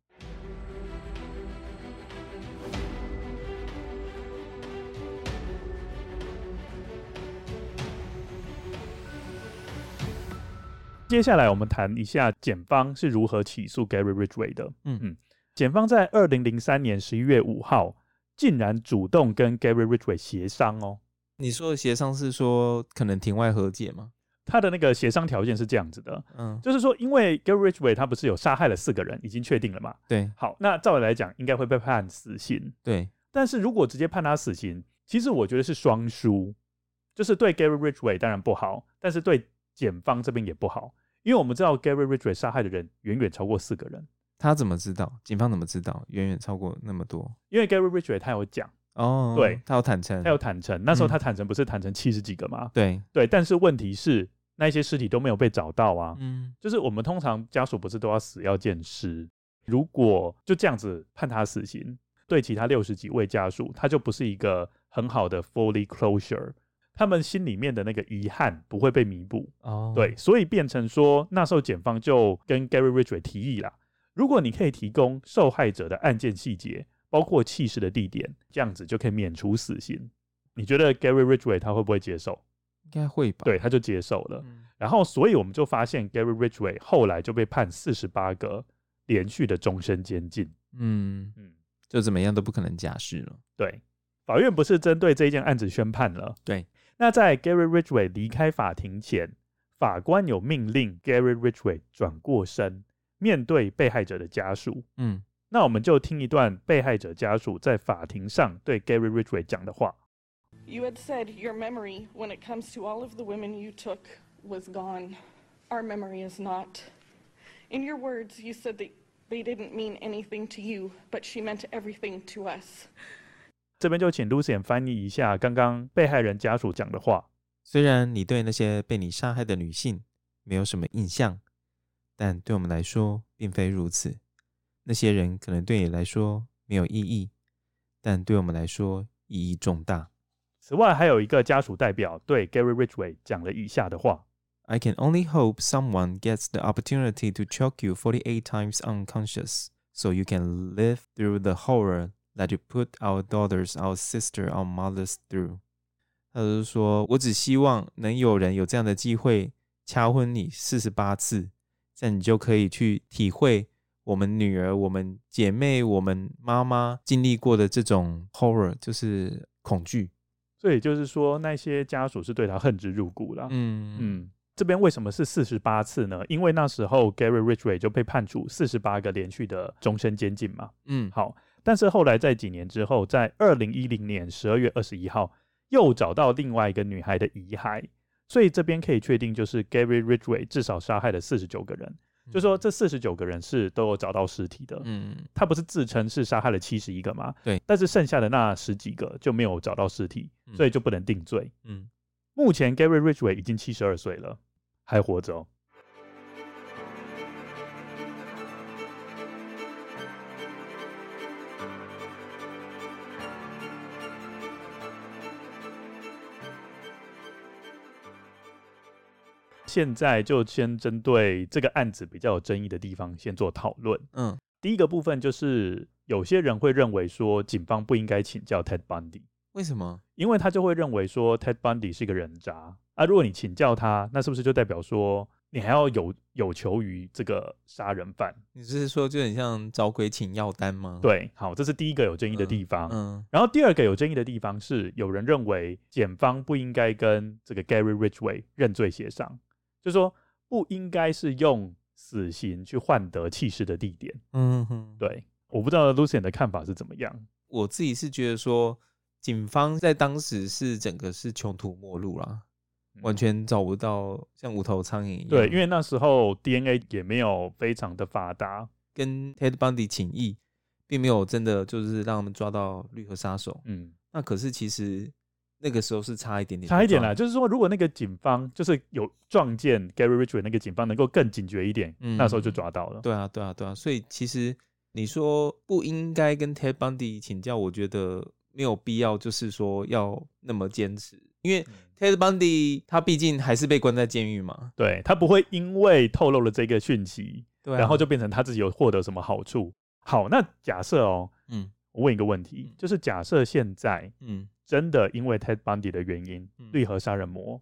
B: 接下来我们谈一下检方是如何起诉 Gary Ridgway 的。
C: 嗯
B: 嗯，检方在二零零三年十一月五号竟然主动跟 Gary Ridgway 协商哦。
C: 你说的协商是说可能庭外和解
B: 嗯
C: 吗？
B: 他的那个协商条件是这样子的，
C: 嗯，
B: 就是说，因为 Gary Ridgway 他不是有杀害了四个人，已经确定了嘛。
C: 对
B: 好，那照理来讲，应该会被判死刑。
C: 对，
B: 但是如果直接判他死刑，其实我觉得是双输，就是对 Gary Ridgway 当然不好，但是对检方这边也不好，因为我们知道 Gary Ridgway 杀害的人远远超过四个人，
C: 他怎么知道？警方怎么知道？远远超过那么多
B: 因为 Gary Ridgway 他有讲，
C: 哦。
B: 对
C: 他有坦诚，
B: 他有坦诚，那时候他坦诚不是坦诚七十几个吗？
C: 对，
B: 对，但是问题是那些尸体都没有被找到啊，
C: 嗯
B: 就是我们通常家属不是都要死要见尸，如果就这样子判他死刑，对其他六十几位家属，他就不是一个很好的 fully closure，他们心里面的那个遗憾不会被弥补，
C: 哦，
B: 对，，所以变成说那时候检方就跟 Gary Ridgway 提议啦，如果你可以提供受害者的案件细节，包括弃尸的地点，这样子就可以免除死刑。你觉得 Gary Ridgway 他会不会接受？
C: 应该会吧？，
B: 对，他就接受了。然后，所以我们就发现 Gary Ridgway 后来就被判四十八个连续的终身监禁。
C: 嗯，
B: 嗯，
C: 就怎么样都不可能假释了。
B: 对，法院不是针对这一件案子宣判了。
C: 对，
B: 那在 Gary Ridgway 离开法庭前，法官有命令 Gary Ridgway 转过身，面对被害者的家属。
C: 嗯
B: 那我们就听一段被害者家属在法庭上对 Gary Ridgway 讲的话。
D: You had said your memory, when it comes to all of the women you took, was gone. Our memory is not. In your words, you said that they didn't mean anything to you, but she meant everything to us.
B: 这边就请 Lucian 翻译一下刚刚被害人家属讲的话。
C: 虽然你对那些被你杀害的女性没有什么印象，但对我们来说并非如此。那些人可能对你来说没有意义，但对我们来说意义重大。
B: 此外，还有一个家属代表对 Gary Ridgway 讲了以下的话：
C: I can only hope someone gets the opportunity to choke you 48 times unconscious so you can live through the horror that you put our daughters, our sister, our mothers through. 他就是说，我只希望能有人有这样的机会掐昏你四十八次，这样你就可以去体会我们女儿、我们姐妹、我们妈妈经历过的这种 horror，就是恐惧。
B: 所以就是说，那些家属是对他恨之入骨了。
C: 嗯嗯，
B: 嗯，这边为什么是四十八次呢？因为那时候 Gary Ridgway 就被判处四十八个连续的终身监禁嘛。
C: 嗯
B: 好，但是后来在几年之后，在二零一零年十二月二十一号，又找到另外一个女孩的遗骸，所以这边可以确定，就是 Gary Ridgway 至少杀害了四十九个人。就说这四十九个人是都有找到尸体的，
C: 嗯
B: 他不是自称是杀害了七十一个吗？
C: 对，
B: 但是剩下的那十几个就没有找到尸体，
C: 嗯
B: 所以就不能定罪。
C: 嗯，
B: 目前 Gary Ridgway 已经七十二岁了，还活着、哦。现在就先针对这个案子比较有争议的地方先做讨论。
C: 嗯，
B: 第一个部分就是有些人会认为说，警方不应该请教 Ted Bundy。
C: 为什么？
B: 因为他就会认为说 Ted Bundy 是一个人渣啊。如果你请教他，那是不是就代表说你还要有有求于这个杀人犯？
C: 你是说就很像找鬼请药单吗？，
B: 对，啊好，这是第一个有争议的地方。
C: 嗯
B: 然后第二个有争议的地方是，有人认为检方不应该跟这个 Gary Ridgway 认罪协商，就说不应该是用死刑去换得弃尸的地点。
C: 嗯哼，
B: 对，我不知道 Lucian 的看法是怎么样。
C: 我自己是觉得说，警方在当时是整个是穷途末路啦，
B: 嗯
C: 完全找不到像无头苍蝇一样。
B: 对，因为那时候 DNA 也没有非常的发达，
C: 跟 Ted Bundy 请意，并没有真的就是让他们抓到绿河杀手。
B: 嗯，
C: 那可是其实那个时候是差一点点，
B: 差一点啦，。就是说，如果那个警方就是有撞见 Gary Ridgway 那个警方能够更警觉一点，
C: 嗯
B: 那时候就抓到了。
C: 对啊，对啊，对啊。所以其实你说不应该跟 Ted Bundy 请教，我觉得没有必要，就是说要那么坚持，因
B: 嗯
C: 为 Ted Bundy 他毕竟还是被关在监狱嘛。
B: 对，他不会因为透露了这个讯息，
C: 对、啊，
B: 然后就变成他自己有获得什么好处。好，那假设哦，
C: 嗯
B: 我问一个问题，就是假设现在
C: 嗯
B: 真的因为 Ted Bundy 的原因，
C: 嗯
B: 绿河杀人魔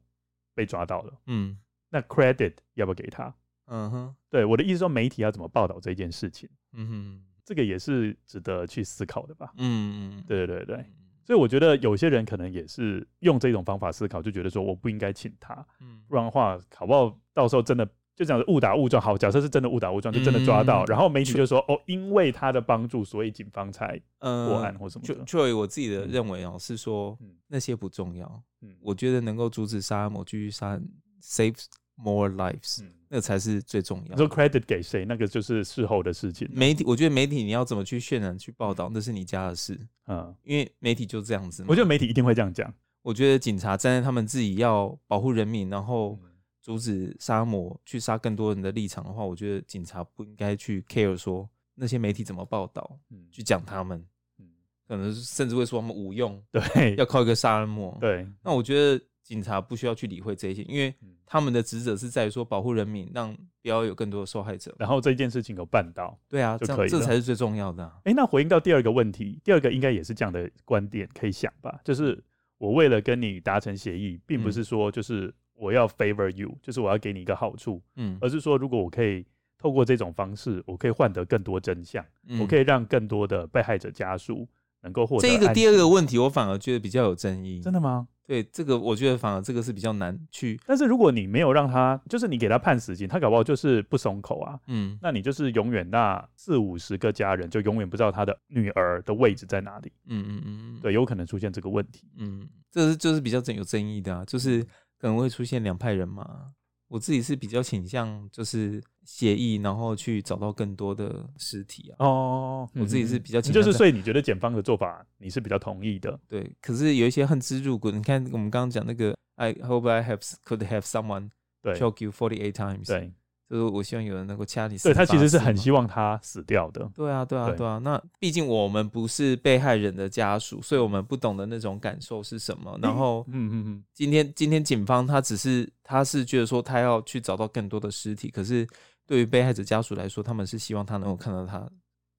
B: 被抓到了，
C: 嗯
B: 那 credit 要不要给他？
C: 嗯哼
B: 对，我的意思说，媒体要怎么报道这件事情，
C: 嗯哼
B: 这个也是值得去思考的吧？
C: 嗯嗯，
B: 对对对对。
C: 嗯
B: 所以我觉得有些人可能也是用这种方法思考，就觉得说我不应该请他，
C: 嗯
B: 不然的话，搞不好到时候真的就这样子误打误撞。好，假设是真的误打误撞，就真的抓
C: 嗯
B: 到，然后媒体就说哦，因为他的帮助，所以警方才
C: 呃
B: 破案或什么
C: 就
B: 的。
C: 就以我自己的认为哦、是说
B: 嗯
C: 那些不重要，
B: 嗯
C: 我觉得能够阻止杀人魔继续杀人，saves more lives，、
B: 嗯
C: 那才是最重要
B: 你
C: 的
B: 说。credit 给谁？那个就是事后的事情。
C: 媒体，我觉得媒体你要怎么去渲染、去报道，那是你家的事，
B: 嗯，
C: 因为媒体就这样子嘛。
B: 我觉得媒体一定会这样讲。
C: 我觉得警察站在他们自己要保护人民，然后
B: 嗯
C: 阻止杀人魔去杀更多人的立场的话，我觉得警察不应该去 care 说那些媒体怎么报道，
B: 嗯，
C: 去讲他们，
B: 嗯
C: 可能甚至会说他们无用，
B: 对
C: 要靠一个杀人魔。
B: 对，
C: 那我觉得警察不需要去理会这些，因为
B: 嗯
C: 他们的职责是在于说保护人民，让不要有更多的受害者。
B: 然后这件事情有办到。
C: 对啊，
B: 就
C: 这
B: 可
C: 样
B: 以
C: 这
B: 了
C: 才是最重要的、啊。
B: 哎，那回应到第二个问题，第二个应该也是这样的观点可以想吧，就是我为了跟你达成协议，
C: 嗯
B: 并不是说就是我要 favor you，就是我要给你一个好处，
C: 嗯，
B: 而是说如果我可以透过这种方式，我可以换得更多真相，
C: 嗯
B: 我可以让更多的被害者家属能够获得
C: 这一个
B: 安
C: 第二
B: 息
C: 个问题，我反而觉得比较有争议。
B: 真的吗？
C: 对这个，我觉得反而这个是比较难去，
B: 但是如果你没有让他，就是你给他判死刑，他搞不好就是不松口啊。
C: 嗯
B: 那你就是永远那四五十个家人就永远不知道他的女儿的位置在哪里，
C: 嗯嗯嗯，嗯，
B: 对，有可能出现这个问题。
C: 嗯，这是就是比较有争议的啊，就是
B: 嗯
C: 可能会出现两派人嘛。我自己是比较倾向就是协议，然后去找到更多的尸体啊。
B: 哦，
C: 我自己是比较
B: 你
C: 倾
B: 就
C: 向
B: 是
C: 这样
B: 所以你觉得检方的做法你是比较同意的？
C: 对，可是有一些恨之入骨。你看我们刚刚讲那个，I hope I have could have someone
B: 对
C: choke you forty eight times。，
B: 对
C: 就是我希望有人能够掐你。
B: 对，他其实是很希。望他死掉的。
C: 对啊，对啊，
B: 对
C: 对啊。那毕竟我们不是被害人的家属，所以我们不懂得那种感受是什么。然后
B: 嗯嗯嗯，
C: 今天，今天警方他只是他是觉得说他要去找到更多的尸体，可是对于被害者家属来说，他们是希望他能够看到他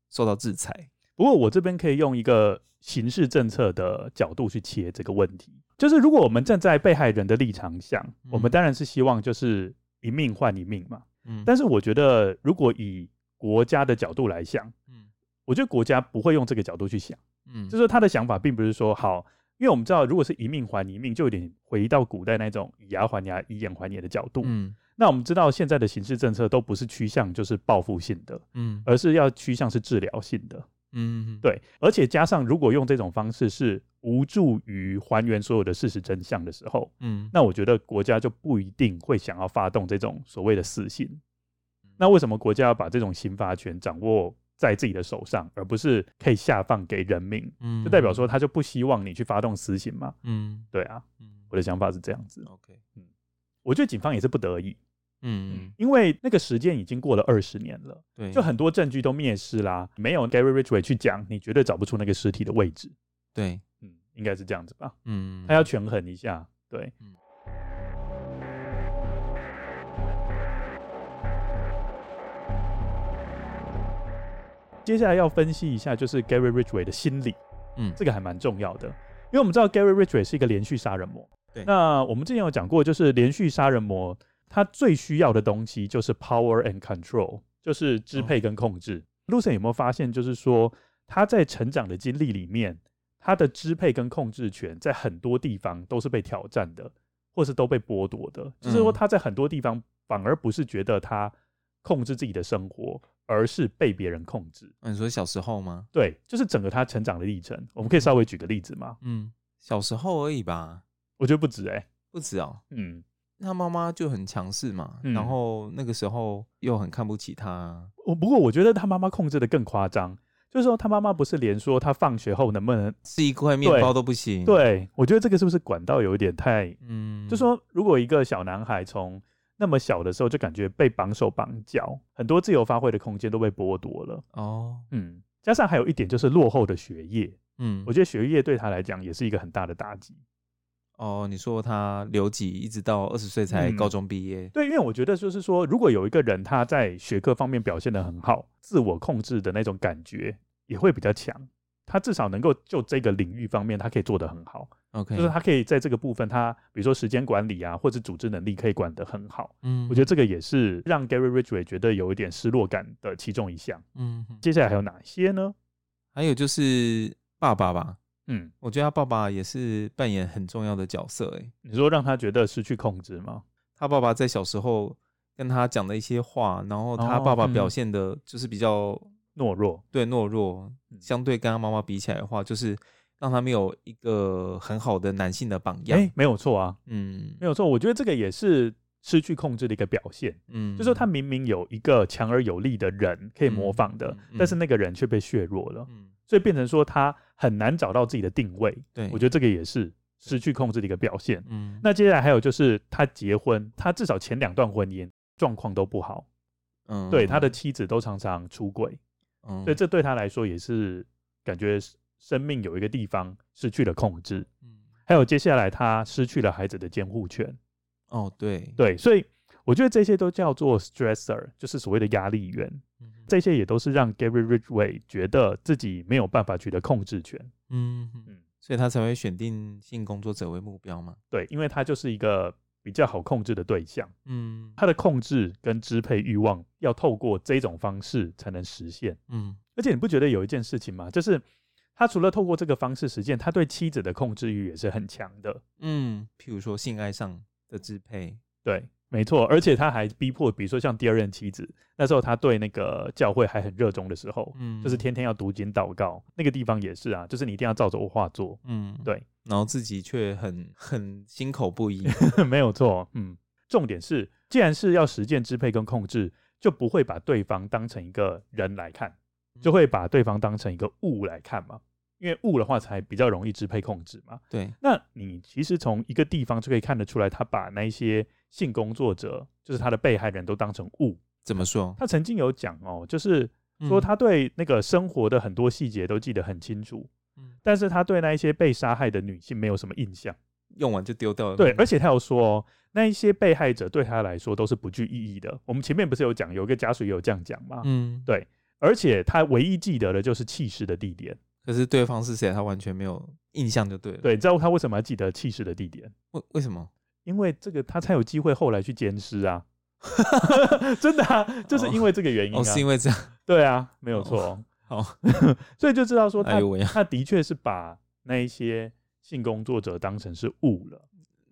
C: 受到制裁。
B: 不过我这边可以用一个刑事政策的角度去切这个问题，就是如果我们站在被害人的立场想，我们当然是希望就是一命换一命嘛。
C: 嗯，
B: 但是我觉得，如果以国家的角度来想，
C: 嗯
B: 我觉得国家不会用这个角度去想，
C: 嗯
B: 就是说他的想法并不是说好。因为我们知道，如果是一命还一命，就有点回到古代那种以牙还牙、以眼还眼的角度。
C: 嗯
B: 那我们知道，现在的刑事政策都不是趋向就是报复性的，
C: 嗯
B: 而是要趋向是治疗性的。
C: 嗯，
B: 对，而且加上如果用这种方式是无助于还原所有的事实真相的时候，
C: 嗯
B: 那我觉得国家就不一定会想要发动这种所谓的死刑。
C: 嗯
B: 那为什么国家要把这种刑罚权掌握在自己的手上，而不是可以下放给人民？
C: 嗯
B: 就代表说他就不希望你去发动死刑嘛？
C: 嗯
B: 对啊，
C: 嗯
B: 我的想法是这样子。
C: ，OK，
B: 我觉得警方也是不得已，
C: 嗯
B: 因为那个时间已经过了二十年了，
C: 对，
B: 就很多证据都灭失啦。没有 Gary Ridgway 去讲，你绝对找不出那个尸体的位置。
C: 对，
B: 嗯，应该是这样子吧。
C: 嗯，
B: 他要权衡一下，对。接下来要分析一下，就是 Gary Ridgway 的心理，
C: 嗯
B: 这个还蛮重要的，因为我们知道 Gary Ridgway 是一个连续杀人魔。
C: 对
B: 那我们之前有讲过，就是连续杀人魔他最需要的东西就是 power and control，就是支配跟控制。Lucy
C: 哦
B: 有没有发现，就是说他在成长的经历里面，他的支配跟控制权在很多地方都是被挑战的，或是都被剥夺的。就是说，
C: 嗯
B: 他在很多地方反而不是觉得他控制自己的生活，而是被别人控制。
C: 那嗯你说小时候吗？
B: 对，就是整个他成长的历程。我们可以稍微举个例子吗？
C: 嗯，小时候而已吧，
B: 我觉得不止哎、
C: 不止哦。
B: 嗯，
C: 他妈妈就很强势嘛，
B: 嗯
C: 然后那个时候又很看不起他，
B: 我不过我觉得他妈妈控制的更夸张，就是说他妈妈不是连说他放学后能不能？
C: 吃一块面
B: 对
C: 包都不行。，
B: 对我觉得这个是不是管到有一点太
C: 嗯，
B: 就说如果一个小男孩从那么小的时候就感觉被绑手绑脚，很多自由发挥的空间都被剥夺了。
C: 哦，
B: 嗯，加上还有一点就是落后的学业，
C: 嗯
B: 我，觉得学业对他来讲也是一个很大的打击。
C: 哦，你说他留级一直到二十岁才
B: 嗯
C: 高中毕业，
B: 对，因为我觉得就是说，如果有一个人他在学科方面表现得很好，自我控制的那种感觉也会比较强。他至少能够就这个领域方面，他可以做得很好，
C: OK，
B: 就是他可以在这个部分，他比如说时间管理啊，或者组织能力可以管得很好。
C: 嗯
B: 我觉得，这个也是让 Gary Ridgway 觉得有一点失落感的其中一项。
C: 嗯，嗯
B: 接下来还有哪些呢？
C: 还有就是爸爸吧，
B: 嗯，
C: 我觉得他爸爸也是扮演很重要的角色、欸，
B: 你说让他觉得失去控制吗？
C: 他爸爸在小时候跟他讲的一些话，然后他
B: 哦
C: 爸爸
B: 嗯
C: 表现的就是比较、
B: 懦弱，
C: 对懦弱，
B: 嗯
C: 相对跟他妈妈比起来的话，就是让他没有一个很好的男性的榜样。
B: 哎、没有错啊，
C: 嗯
B: 没有错。我觉得这个也是失去控制的一个表现，
C: 嗯，
B: 就是说他明明有一个强而有力的人可以模仿的，
C: 嗯嗯嗯
B: 但是那个人却被削弱了，
C: 嗯
B: 所以变成说他很难找到自己的定位。
C: 对，
B: 我觉得这个也是失去控制的一个表现。
C: 嗯
B: 那接下来还有就是他结婚，他至少前两段婚姻状况都不好，
C: 嗯
B: 对他的妻子都常常出轨，
C: 嗯
B: 所以这对他来说也是感觉生命有一个地方失去了控制。
C: 嗯
B: 还有接下来他失去了孩子的监护权，
C: 哦对
B: 对，所以我觉得这些都叫做 stressor，就是所谓的压力源。这些也都是让 Gary Ridgway 觉得自己没有办法取得控制权。
C: 嗯嗯
B: 嗯，
C: 所以他才会选定性工作者为目标嘛。
B: 对，因为他就是一个比较好控制的对象，
C: 嗯
B: 他的控制跟支配欲望要透过这种方式才能实现。
C: 嗯
B: 而且你不觉得有一件事情吗？就是他除了透过这个方式实现，他对妻子的控制欲也是很强的。
C: 嗯，譬如说性爱上的支配，
B: 对，没错。而且他还逼迫，比如说像第二任妻子，那时候他对那个教会还很热衷的时候，
C: 嗯，
B: 就是天天要读经祷告，那个地方也是啊，就是你一定要照着我画做。
C: 嗯
B: 对，
C: 然后自己却很很心口不 一。
B: 没有错，嗯。重点是，既然是要实践支配跟控制，就不会把对方当成一个人来看，就会把对方当成一个物来看嘛。因为物的话，才比较容易支配控制嘛。
C: 对，
B: 那你其实从一个地方就可以看得出来，他把那一些性工作者，就是他的被害人都当成物。
C: 怎么说？
B: 他曾经有讲哦，就是说他对那个生活的很多细节都记得很清楚，
C: 嗯
B: 但是他对那一些被杀害的女性没有什么印象。
C: 用完就丢掉了。
B: 对，而且他有说、哦，那一些被害者对他来说都是不具意义的。我们前面不是有讲，有一个家属也有这样讲嘛。
C: 嗯，
B: 对而且他唯一记得的就是弃尸的地点。
C: 可是对方是谁，他完全没有印象就对了。，
B: 对，你知道他为什么要记得弃尸的地点？
C: 为为什么？
B: 因为这个他才有机会后来去监尸 啊。真的啊，就是因为这个原因啊，
C: 哦，是因为这样。哦
B: 对啊，没有错，
C: 好，
B: 所以就知道说他、
C: 哎呦喂啊
B: 他的确是把那一些性工作者当成是物了。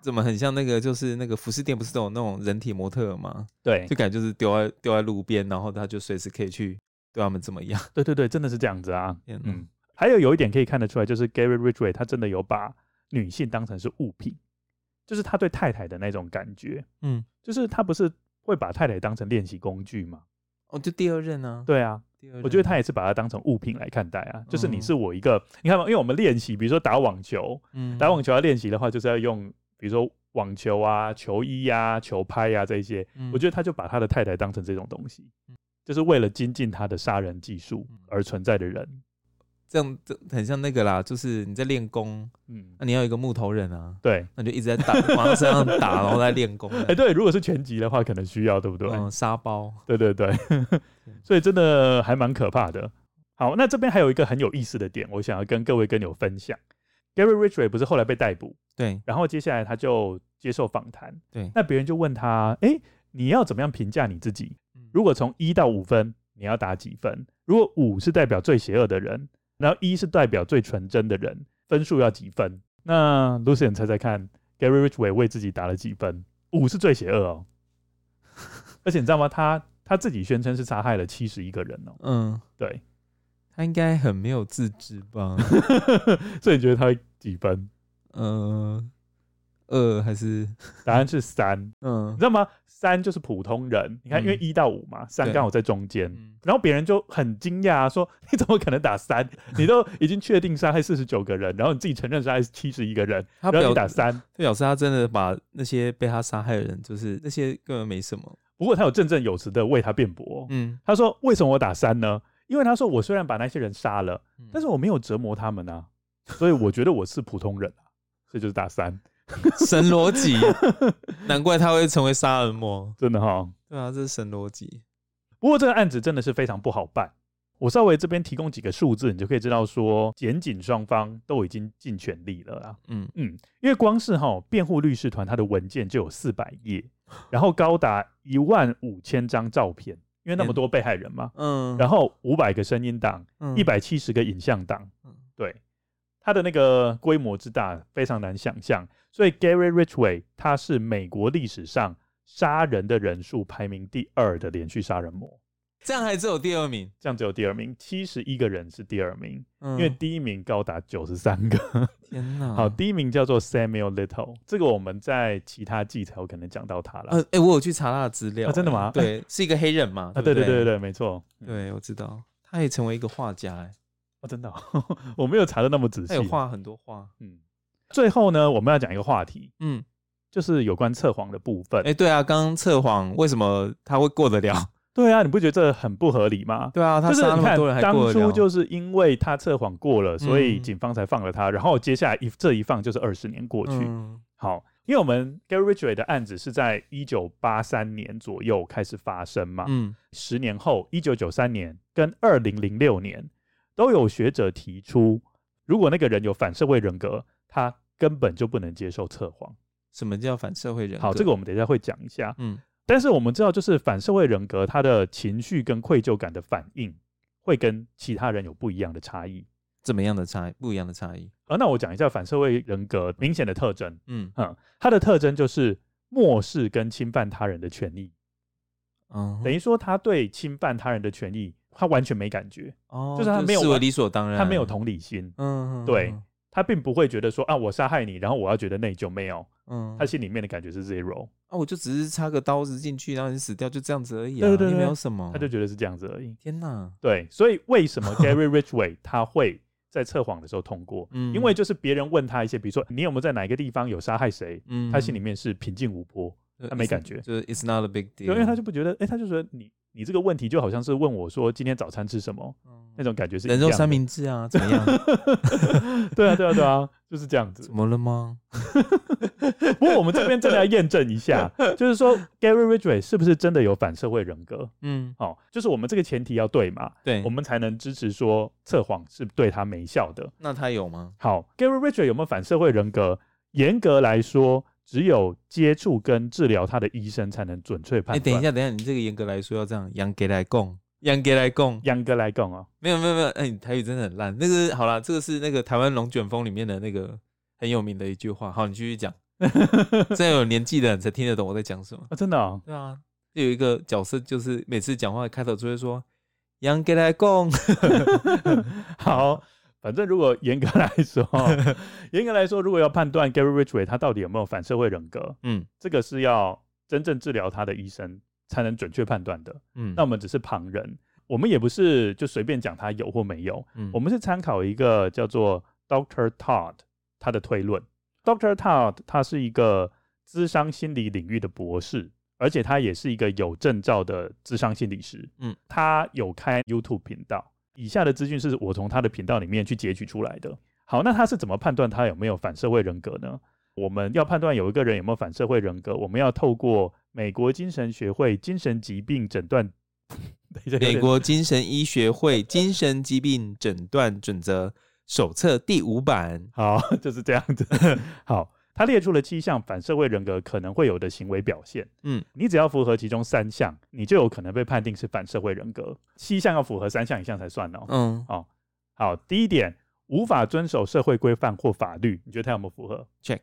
C: 怎么很像那个，就是那个服饰店不是都有那种人体模特儿吗？
B: 对
C: 就感觉就是丢在丢在路边，然后他就随时可以去对他们怎么样。
B: 对对对，真的是这样子啊。
C: 天哪
B: 嗯，还有有一点可以看得出来，就是 Gary Ridgway 他真的有把女性当成是物品，就是他对太太的那种感觉。
C: 嗯，
B: 就是他不是会把太太当成练习工具嘛？
C: 哦，就第二任啊，
B: 对啊，
C: 第二任，
B: 我觉得他也是把它当成物品来看待啊。就是你
C: 嗯
B: 是我一个，你看嘛，因为我们练习，比如说打网球，
C: 嗯
B: 打网球要练习的话，就是要用比如说网球啊、球衣啊、球拍啊这一些。
C: 嗯
B: 我觉得他就把他的太太当成这种东西，就是为了精进他的杀人技术而存在的人。
C: 这样这很像那个啦，就是你在练功，
B: 嗯
C: 那、，你要有一个木头人啊，
B: 对。
C: 那你就一直在打，往他身上打，然后在练功，
B: 哎、对，如果是全集的话，可能需要，对不对？
C: 嗯，沙包，
B: 对对对，所以真的还蛮可怕的。好，那这边还有一个很有意思的点，我想要跟各位跟友分享。Gary Ridgway 不是后来被逮捕，
C: 对
B: 然后接下来他就接受访谈，
C: 对，
B: 那别人就问他，哎、你要怎么样评价你自己？
C: 嗯
B: 如果从一到五分，你要打几分？如果五是代表最邪恶的人，然后一是代表最纯真的人，分数要几分？那 Lucian 猜猜看，Gary Ridgway 为自己打了几分？五是最邪恶哦， 而且你知道吗？他他自己宣称是杀害了七十一个人哦，
C: 嗯，
B: 对，
C: 他应该很没有自知吧？
B: 所以你觉得他会几分？
C: 嗯，二还是
B: 答案是三，
C: 嗯
B: 你知道吗？三就是普通人，你看，
C: 嗯
B: 因为一到五嘛，三
C: 对
B: 刚好在中间，
C: 嗯
B: 然后别人就很惊讶、啊，说你怎么可能打三？ 你都已经确定杀害四十九个人，然后你自己承认杀害七十一个人，
C: 他
B: 然后
C: 表
B: 你打三。
C: 表示他真的把那些被他杀害的人，就是那些根本没什么，
B: 不过他有振振有词的为他辩驳哦、
C: 嗯，
B: 他说：“为什么我打三呢？因为他说我虽然把那些人杀了，
C: 嗯
B: 但是我没有折磨他们啊，所以我觉得我是普通人啊，所以就是打三，
C: 神逻 辑，难怪他会成为杀人魔。
B: 真的哈、
C: 对啊，这是神逻辑。
B: 不过这个案子真的是非常不好办。我稍微这边提供几个数字，你就可以知道说，检警双方都已经尽全力了啦。
C: 嗯
B: 嗯，因为光是哈辩护律师团他的文件就有四百页，然后高达一万五千张照片，因为那么多被害人嘛，
C: 嗯，
B: 然后五百个声音档，
C: 后
B: 一百七十个影像档
C: 嗯，
B: 对，它的那个规模之大非常难想象。所以 Gary Ridgway 他是美国历史上杀人的人数排名第二的连续杀人魔。
C: 这样还只有第二名，
B: 这样只有第二名，七十一个人是第二名，
C: 因
B: 因为第一名高达九十三 个。
C: 天哪，
B: 好，第一名叫做 Samuel Little，这个我们在其他季才有可能讲到他了。
C: 呃，哎，我有去查他的资料，
B: 啊真的吗
C: 哎对，是一个黑人嘛？
B: 啊，对
C: 对
B: 对
C: 不
B: 对对
C: 对
B: 对，没错。嗯
C: 对，我知道，他也成为一个画家，哎，
B: 哦，真的哦、 我没有查的那么仔细。
C: 他有画很多画，
B: 嗯。最后呢，我们要讲一个话题，
C: 嗯，
B: 就是有关测谎的部分。
C: 哎，对啊，刚刚测谎为什么他会过得了？
B: 对啊，你不觉得这很不合理吗？
C: 对啊，他
B: 就是
C: 杀那
B: 你
C: 么
B: 看
C: 多人，还过
B: 当
C: 得
B: 初
C: 了？
B: 就是因为他测谎过了，所以
C: 嗯
B: 警方才放了他。然后接下来一这一放就是二十年过去，
C: 嗯
B: 好，因为我们 Gary Ridgway 的案子是在一九八三年左右开始发生嘛，
C: 嗯
B: 十年后，一九九三年跟二零零六年都有学者提出，如果那个人有反社会人格，他根本就不能接受测谎。
C: 什么叫反社会人格？
B: 好，这个我们等一下会讲一下。
C: 嗯
B: 但是我们知道，就是反社会人格，他的情绪跟愧疚感的反应会跟其他人有不一样的差异。
C: 怎么样的差异？不一样的差异？
B: 呃，那我讲一下反社会人格明显的特征。
C: 嗯
B: 嗯，它的特征就是漠视跟侵犯他人的权益，
C: 嗯，
B: 等于说他对侵犯他人的权益，他完全没感觉，
C: 哦，
B: 就是他没有
C: 视为
B: 完
C: 理所当然，
B: 他没有同理心，
C: 嗯，嗯，
B: 对
C: 嗯
B: 他并不会觉得说啊，我杀害你，然后我要觉得内疚，没有，
C: 嗯，
B: 他心里面的感觉是 zero，
C: 啊，我就只是插个刀子进去，然后你死掉，就这样子而已、啊，
B: 对对对
C: 也没
B: 对
C: 有什么。
B: 他就觉得是这样子而已。
C: 天哪，
B: 对，所以为什么 Gary Ridgway 他会在测谎的时候通过？
C: 嗯
B: 因为就是别人问他一些，比如说你有没有在哪一个地方有杀害谁，
C: 嗯
B: 他心里面是平静无波，
C: 就
B: 他没
C: it's-
B: 感觉
C: 就是 it's not a big deal，
B: 对，因为他就不觉得，哎、他就觉得你你这个问题就好像是问我说今天早餐吃什么，那种感觉是
C: 嗯
B: 一
C: 人肉
B: 样
C: 三
B: 的
C: 明治 啊，怎么样？
B: 对啊，对啊，对啊，就是这样子
C: 怎。么了吗？
B: 不过我们这边真的要验证一 下，就是说 Gary Ridgway 是不是真的有反社会人格？
C: 嗯，
B: 哦，就是我们这个前提要对嘛，
C: 对
B: 我，们才能支持说测谎是对他没效的。
C: 那他有吗？
B: 好，Gary Ridgway 有没有反社会人格？严格来说，只有接触跟治疗他的医生才能准确
C: 哎、
B: 判断。
C: 等一，下，等一下，你这个严格来说要这样，养给来供，养给来供，
B: 杨哥来讲哦，
C: 没有没有没有，哎、你台语真的很烂。那个好啦，这个是那个台湾龙卷风里面的那个很有名的一句话。好，你继 续讲。这有年纪的人才听得懂我在讲什么。
B: 啊，真的、哦，
C: 对啊，就有一个角色，就是每次讲话的开头就会说“杨给来供
B: 好，反正如果严格来 说，严格来说，如果要判断 Gary Ridgway 他到底有没有反社会人格”，。
C: 嗯
B: 这个是要真正治疗他的医生才能准确判断的。
C: 嗯
B: 那我们只是旁人，我们也不是就随便讲他有或没有，
C: 嗯
B: 我们是参考一个叫做 Doctor Todd 他的推论。Doctor Todd 他是一个咨商心理领域的博士，而且他也是一个有证照的咨商心理师。
C: 嗯，
B: 他有开 YouTube 频道。以下的资讯是我从他的频道里面去截取出来的。好，那他是怎么判断他有没有反社会人格呢？我们要判断有一个人有没有反社会人格，我们要透过美国精神学会精神疾病诊断， 等一下有点
C: 美国精神医学会 精神疾病诊断准则手册第五版。
B: 好， 就是这样子。 好，他列出了七项反社会人格可能会有的行为表现。
C: 嗯，
B: 你只要符合其中三项，你就有可能被判定是反社会人格。七项要符合三项以上才算哦。
C: 嗯
B: 好，第一点，无法遵守社会规范或法律，你觉得他有没有符合？
C: ，check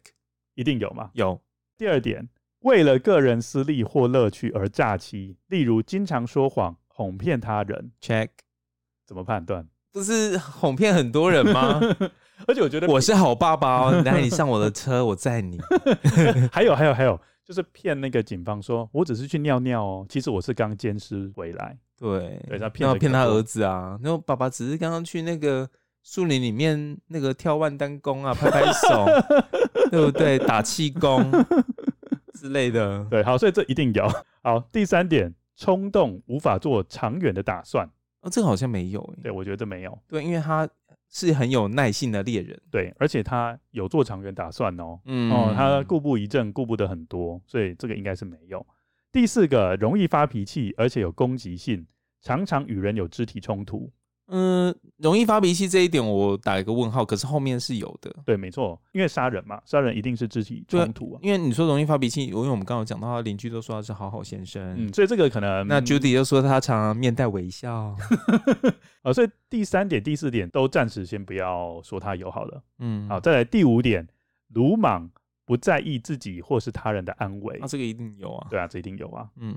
B: 一定有嘛。
C: 有
B: 第二点，为了个人私利或乐趣而诈欺，例如经常说谎、哄骗他人，
C: check，
B: 怎么判断？
C: 不是哄骗很多人 吗？
B: 而且我觉得
C: 我是好爸爸哦，来你上我的车，我载你。
B: 还有还有还有，就是骗那个警方说，我只是去尿尿哦，其实我是刚奸尸回来。
C: 对，
B: 对他骗
C: 那
B: 了
C: 骗
B: 更
C: 他
B: 多
C: 儿子啊，然后爸爸只是刚刚去那个树林里面那个跳万丹功啊，拍拍 手，对不对？打气功之类的。
B: 对，好，所以这一定有。好，第三点，冲动无法做长远的打算。
C: 哦，这个好像没有诶、
B: 对，我觉得这没有。
C: 对，因为他是很有耐性的猎人。
B: 对，而且他有做长远打算哦。
C: 嗯
B: 哦，他固步一阵，固步的很多，所以这个应该是没有。第四个，容易发脾气，而且有攻击性，常常与人有肢体冲突。
C: 嗯，容易发脾气这一点我打一个问号，可是后面是有的。
B: 对，没错，因为杀人嘛，杀人一定是肢体
C: 对
B: 冲突啊。
C: 因为你说容易发脾气，因为我们刚刚有讲到，他邻居都说他是好好先生，
B: 嗯，所以这个可能
C: 啊那 Judy 又说他常常面带微 笑，
B: 呃，所以第三点、第四点都暂时先不要说他有好了。
C: 嗯，
B: 好，再来第五点，鲁莽不在意自己或是他人的安危
C: 那、。这个一定有啊，
B: 对啊，这一定有啊。
C: 嗯，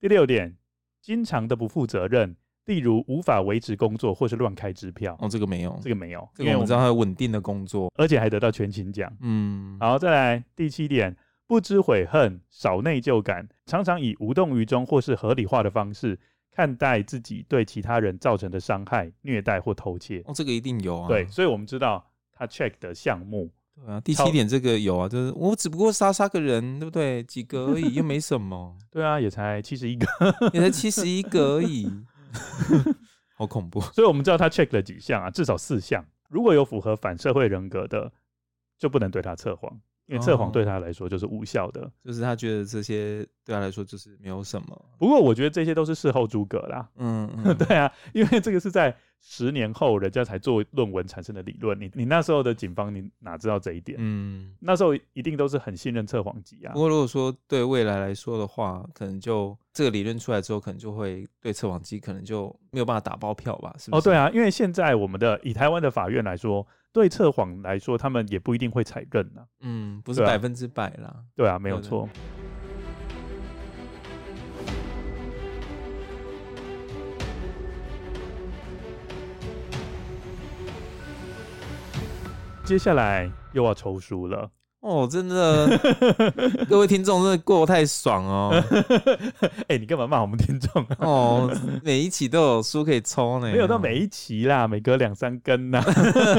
B: 第六点，经常的不负责任，例如无法维持工作或是乱开支票，
C: 哦，这个没有，
B: 这个没有，
C: 这
B: 因
C: 个
B: 为
C: 我们知道，他有稳定的工作，
B: 而且还得到全勤奖。
C: 嗯，
B: 然后再来第七点，不知悔恨，少内疚感，常常以无动于衷或是合理化的方式看待自己对其他人造成的伤害、虐待或偷窃。
C: 哦，这个一定有啊，
B: 对，所以我们知道他 check 的项目，
C: 对啊，第
B: 超
C: 七点这个有啊，就是我只不过杀杀个人，对不对？几个而已，又没什么，
B: 对啊，也才七十一个，
C: 也才七十一个而已， 好恐怖，
B: 所以我们知道他 check 了几项啊，至少四项。如果有符合反社会人格的，就不能对他测谎，因为测
C: 哦
B: 谎对他来说就是无效的。
C: 就是他觉得这些对他来说就是没有什么，
B: 不过我觉得这些都是事后诸葛啦。
C: 嗯，嗯
B: 对啊，因为这个是在十年后人家才做论文产生的理论，你你那时候的警方你哪知道这一点？
C: 嗯。
B: 那时候一定都是很信任测谎机啊
C: 不。过如果说对未来来说的话，可能就这个理论出来之后，可能就会对测谎机可能就没有办法打包票吧？是不
B: 哦，
C: 是？
B: 对
C: 啊，
B: 啊，因为现在我们的以台湾的法院来说，对测谎来说，他们也不一定会采认啊。
C: 嗯，不是
B: 对啊
C: 百分之百啦。
B: 对啊，没有
C: 对对
B: 错。接下来又要抽书 了，
C: 哦，真的，各位听众真的过得太爽哦！
B: 哎、你干嘛骂我们听众啊？
C: 哦，每一期都有书可以抽呢，
B: 没有到每一期啦，每隔两三根呐、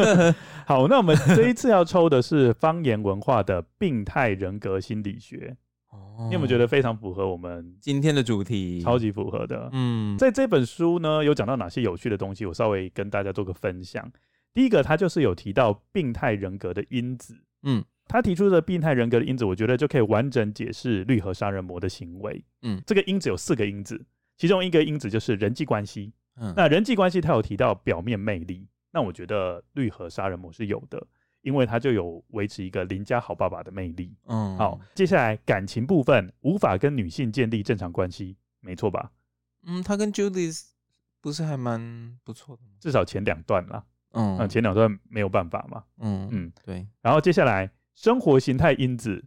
B: 好，那我们这一次要抽的是方言文化的病态人格心理学，
C: 哦。
B: 你有没有觉得非常符合我们
C: 今天的主题
B: 超？级符合的？
C: 嗯，
B: 在这本书呢，有讲到哪些有趣的东西，我稍微跟大家做个分享。第一个，它就是有提到病态人格的因子。
C: 嗯，
B: 他提出的病态人格的因子，我觉得就可以完整解释绿河杀人魔的行为。
C: 嗯，
B: 这个因子有四个因子，其中一个因子就是人际关系。
C: 嗯
B: 那人际关系，它有提到表面魅力。那我觉得绿河杀人魔是有的，因为他就有维持一个邻家好爸爸的魅力。
C: 嗯
B: 好，，接下来感情部分无法跟女性建立正常关系，没错吧？
C: 嗯，他跟 Judy 不是还蛮不错的吗？
B: 至少前两段啦。
C: 嗯
B: 那、前两段没有办法嘛。
C: 嗯嗯，
B: 嗯，
C: 对，
B: 然后接下来生活形态因子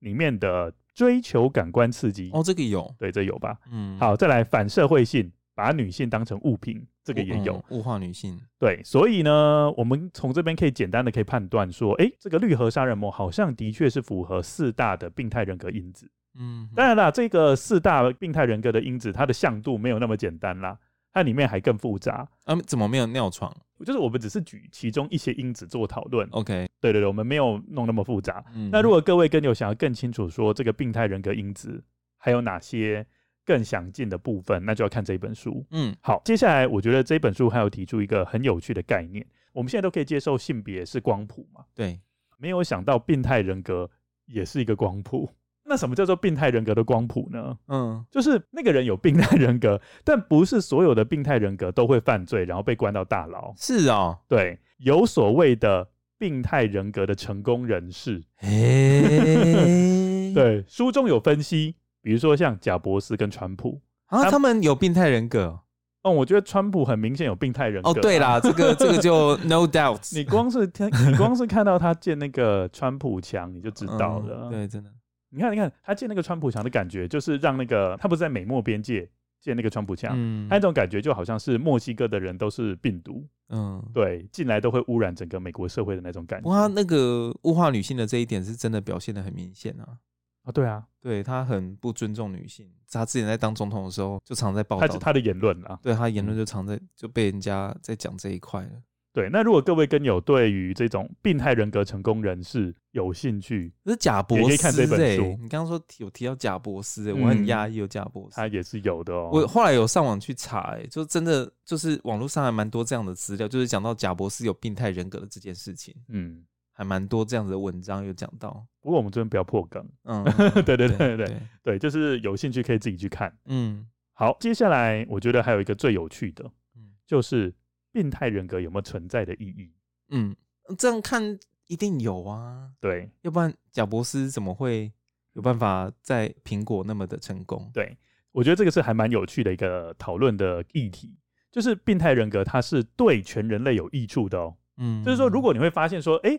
B: 里面的追求感官刺激，
C: 哦，这个有，
B: 对，这有吧？
C: 嗯，
B: 好，再来反社会性，把女性当成物品，这
C: 这
B: 个也有。
C: 嗯物化女性，
B: 对，所以呢，我们从这边可以简单的可以判断说，诶，这个绿河杀人魔好像的确是符合四大的病态人格因子。
C: 嗯，
B: 当然啦，这个四大病态人格的因子，它的向度没有那么简单啦，它里面还更复杂。
C: 啊，怎么没有尿床
B: 就是我们只是举其中一些因子做讨论。
C: ？OK，
B: 对对对，我们没有弄那么复杂。
C: 嗯，
B: 那如果各位跟有想要更清楚说这个病态人格因子还有哪些更详尽的部分，那就要看这本书。
C: 嗯
B: 好，接下来我觉得这本书还有提出一个很有趣的概念，我们现在都可以接受性别是光谱嘛，
C: 对，
B: 没有想到病态人格也是一个光谱。 那什么叫做病态人格的光谱呢？
C: 嗯
B: 就是那个人有病态人格，但不是所有的病态人格都会犯罪，然后被关到大牢。
C: 是哦，
B: 对，有所谓的病态人格的成功人士。
C: 诶啊
B: 对，书中有分析，比如说像贾博士跟川普。
C: 啊，他们有病态人格
B: 嗯，我觉得川普很明显有病态人格、啊
C: 哦，对，啦，这个这个 就 no doubt，
B: 你光是听，你光是看到他建那个川普墙，你就知道啊
C: 嗯
B: 了。，
C: 对，真的，
B: 你看，你看他建那个川普墙的感觉，就是让那个他不是在美墨边界建那个川普墙，
C: 嗯
B: 他那种感觉就好像是墨西哥的人都是病毒，
C: 嗯，
B: 对，进来都会污染整个美国社会的那种感觉。
C: 哇，那个物化女性的这一点是真的表现的很明显啊。
B: 啊，对啊，
C: 对他很不尊重女性，他之前在当总统的时候就常在报
B: 他
C: 道
B: 他的言论啊，
C: 对他言论就常在就被人家在讲这一块了。
B: 对。那如果各位跟友对于这种病态人格成功人士有兴趣，
C: 可是贾博
B: 也可以
C: 士、
B: 看这本
C: 欸，
B: 书
C: 你刚刚说有提到贾博士、欸，
B: 嗯
C: 我很压抑有贾博士。
B: 他也是有的哦。
C: 我后来有上网去查、欸，就真的就是网络上还蛮多这样的资料，就是讲到贾博士有病态人格的这件事情，
B: 嗯，
C: 还蛮多这样的文章有讲到。
B: 不过我们这边不要破梗，
C: 嗯，
B: 对对对对对
C: 对，
B: 对，就是有兴趣可以自己去看。
C: 嗯
B: 好，接下来我觉得还有一个最有趣的
C: 嗯，
B: 就是病态人格有没有存在的意义？
C: 嗯，这样看一定有啊。
B: 对
C: 要不然贾博斯怎么会有办法在苹果那么的成功？
B: 对，我觉得这个是还蛮有趣的一个讨论的议题，就是病态人格它是对全人类有益处的哦。
C: 嗯
B: 就是说，如果你会发现说，哎，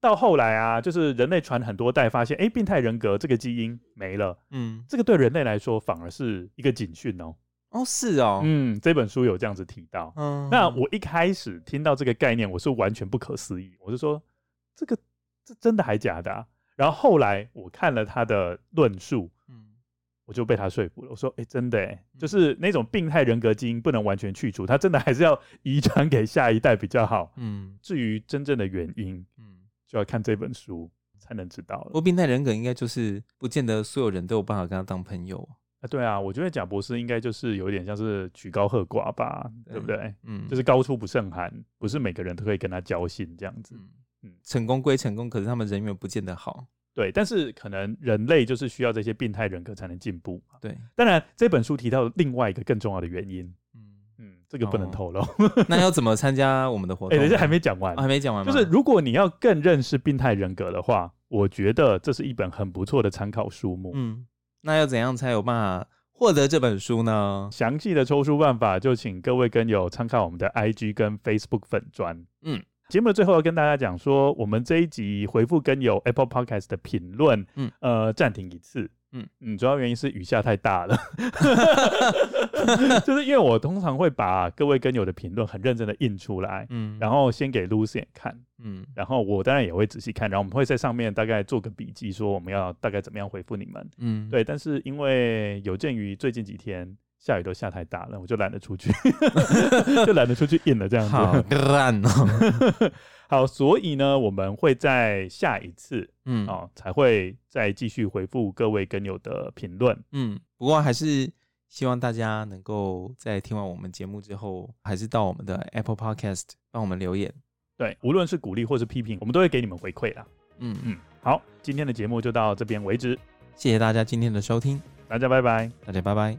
B: 到后来啊，就是人类传很多代，发现哎，诶病态人格这个基因没了，
C: 嗯
B: 这个对人类来说反而是一个警讯哦。
C: 哦是哦
B: 嗯，这本书有这样子提到。
C: 嗯
B: 那我一开始听到这个概念，我是完全不可思议，我是说这个这真的还假的、啊？然后后来我看了他的论述，
C: 嗯
B: 我就被他说服了。我说，哎、真的、哎，就是那种病态人格基因不能完全去除，它真的还是要遗传给下一代比较好。
C: 嗯
B: 至于真正的原因，
C: 嗯，
B: 就要看这本书才能知道
C: 不
B: 了。
C: 过病态人格应该就是不见得所有人都有办法跟他当朋友，
B: 啊，对啊，我觉得贾博士应该就是有点像是曲高和寡吧，对不对？
C: 嗯，
B: 就是高处不胜寒，不是每个人都可以跟他交心这样子。
C: 嗯
B: 嗯
C: 成功归成功，可是他们人缘不见得好。
B: 对，但是可能人类就是需要这些病态人格才能进步嘛。
C: 对，
B: 当然，这本书提到另外一个更重要的原因，
C: 嗯，
B: 嗯，这个不能
C: 哦
B: 透露。哎、
C: 那要怎么参加我们的活动？
B: 等一下还没讲完，
C: 哦还没讲完
B: 就
C: 吗？
B: 是如果你要更认识病态人格的话，我觉得这是一本很不错的参考书目。
C: 嗯，那要怎样才有办法获得这本书呢？
B: 详细的抽出办法，就请各位跟友参考我们的 IG 跟 Facebook 粉专。
C: 嗯，
B: 节目的最后要跟大家讲说，我们这一集回复跟友 Apple Podcast 的评论，
C: 嗯
B: 呃，暂停一次。
C: 嗯
B: 嗯，主要原因是雨下太 大了，就是因为我通常会把各位跟友的评论很认真的印出来，
C: 嗯，
B: 然
C: 后
B: 后先给 Lucy 看，
C: 嗯
B: 然后我当然也会仔细看，然后我们会在上面大概做个笔记，说我们要大概怎么样回复你们。
C: 嗯，
B: 对，但是因为有鉴于最近几天下雨都下太大了，我就懒得出去， 就懒得出去印了这样
C: 好
B: 子。
C: 干哦，
B: 好，所以呢，我们会在下一次
C: 嗯
B: 哦才会再继续回复各位跟友的评论。
C: 嗯，不过还是希望大家能够在听完我们节目之后，还是到我们的 Apple Podcast 帮我们留言。
B: 对，无论是鼓励或是批评，我们都会给你们回馈啦。
C: 嗯嗯，
B: 嗯，好，今天的节目就到这边为止，
C: 谢谢大家今天的收听，
B: 大家拜拜。
C: 大家拜拜。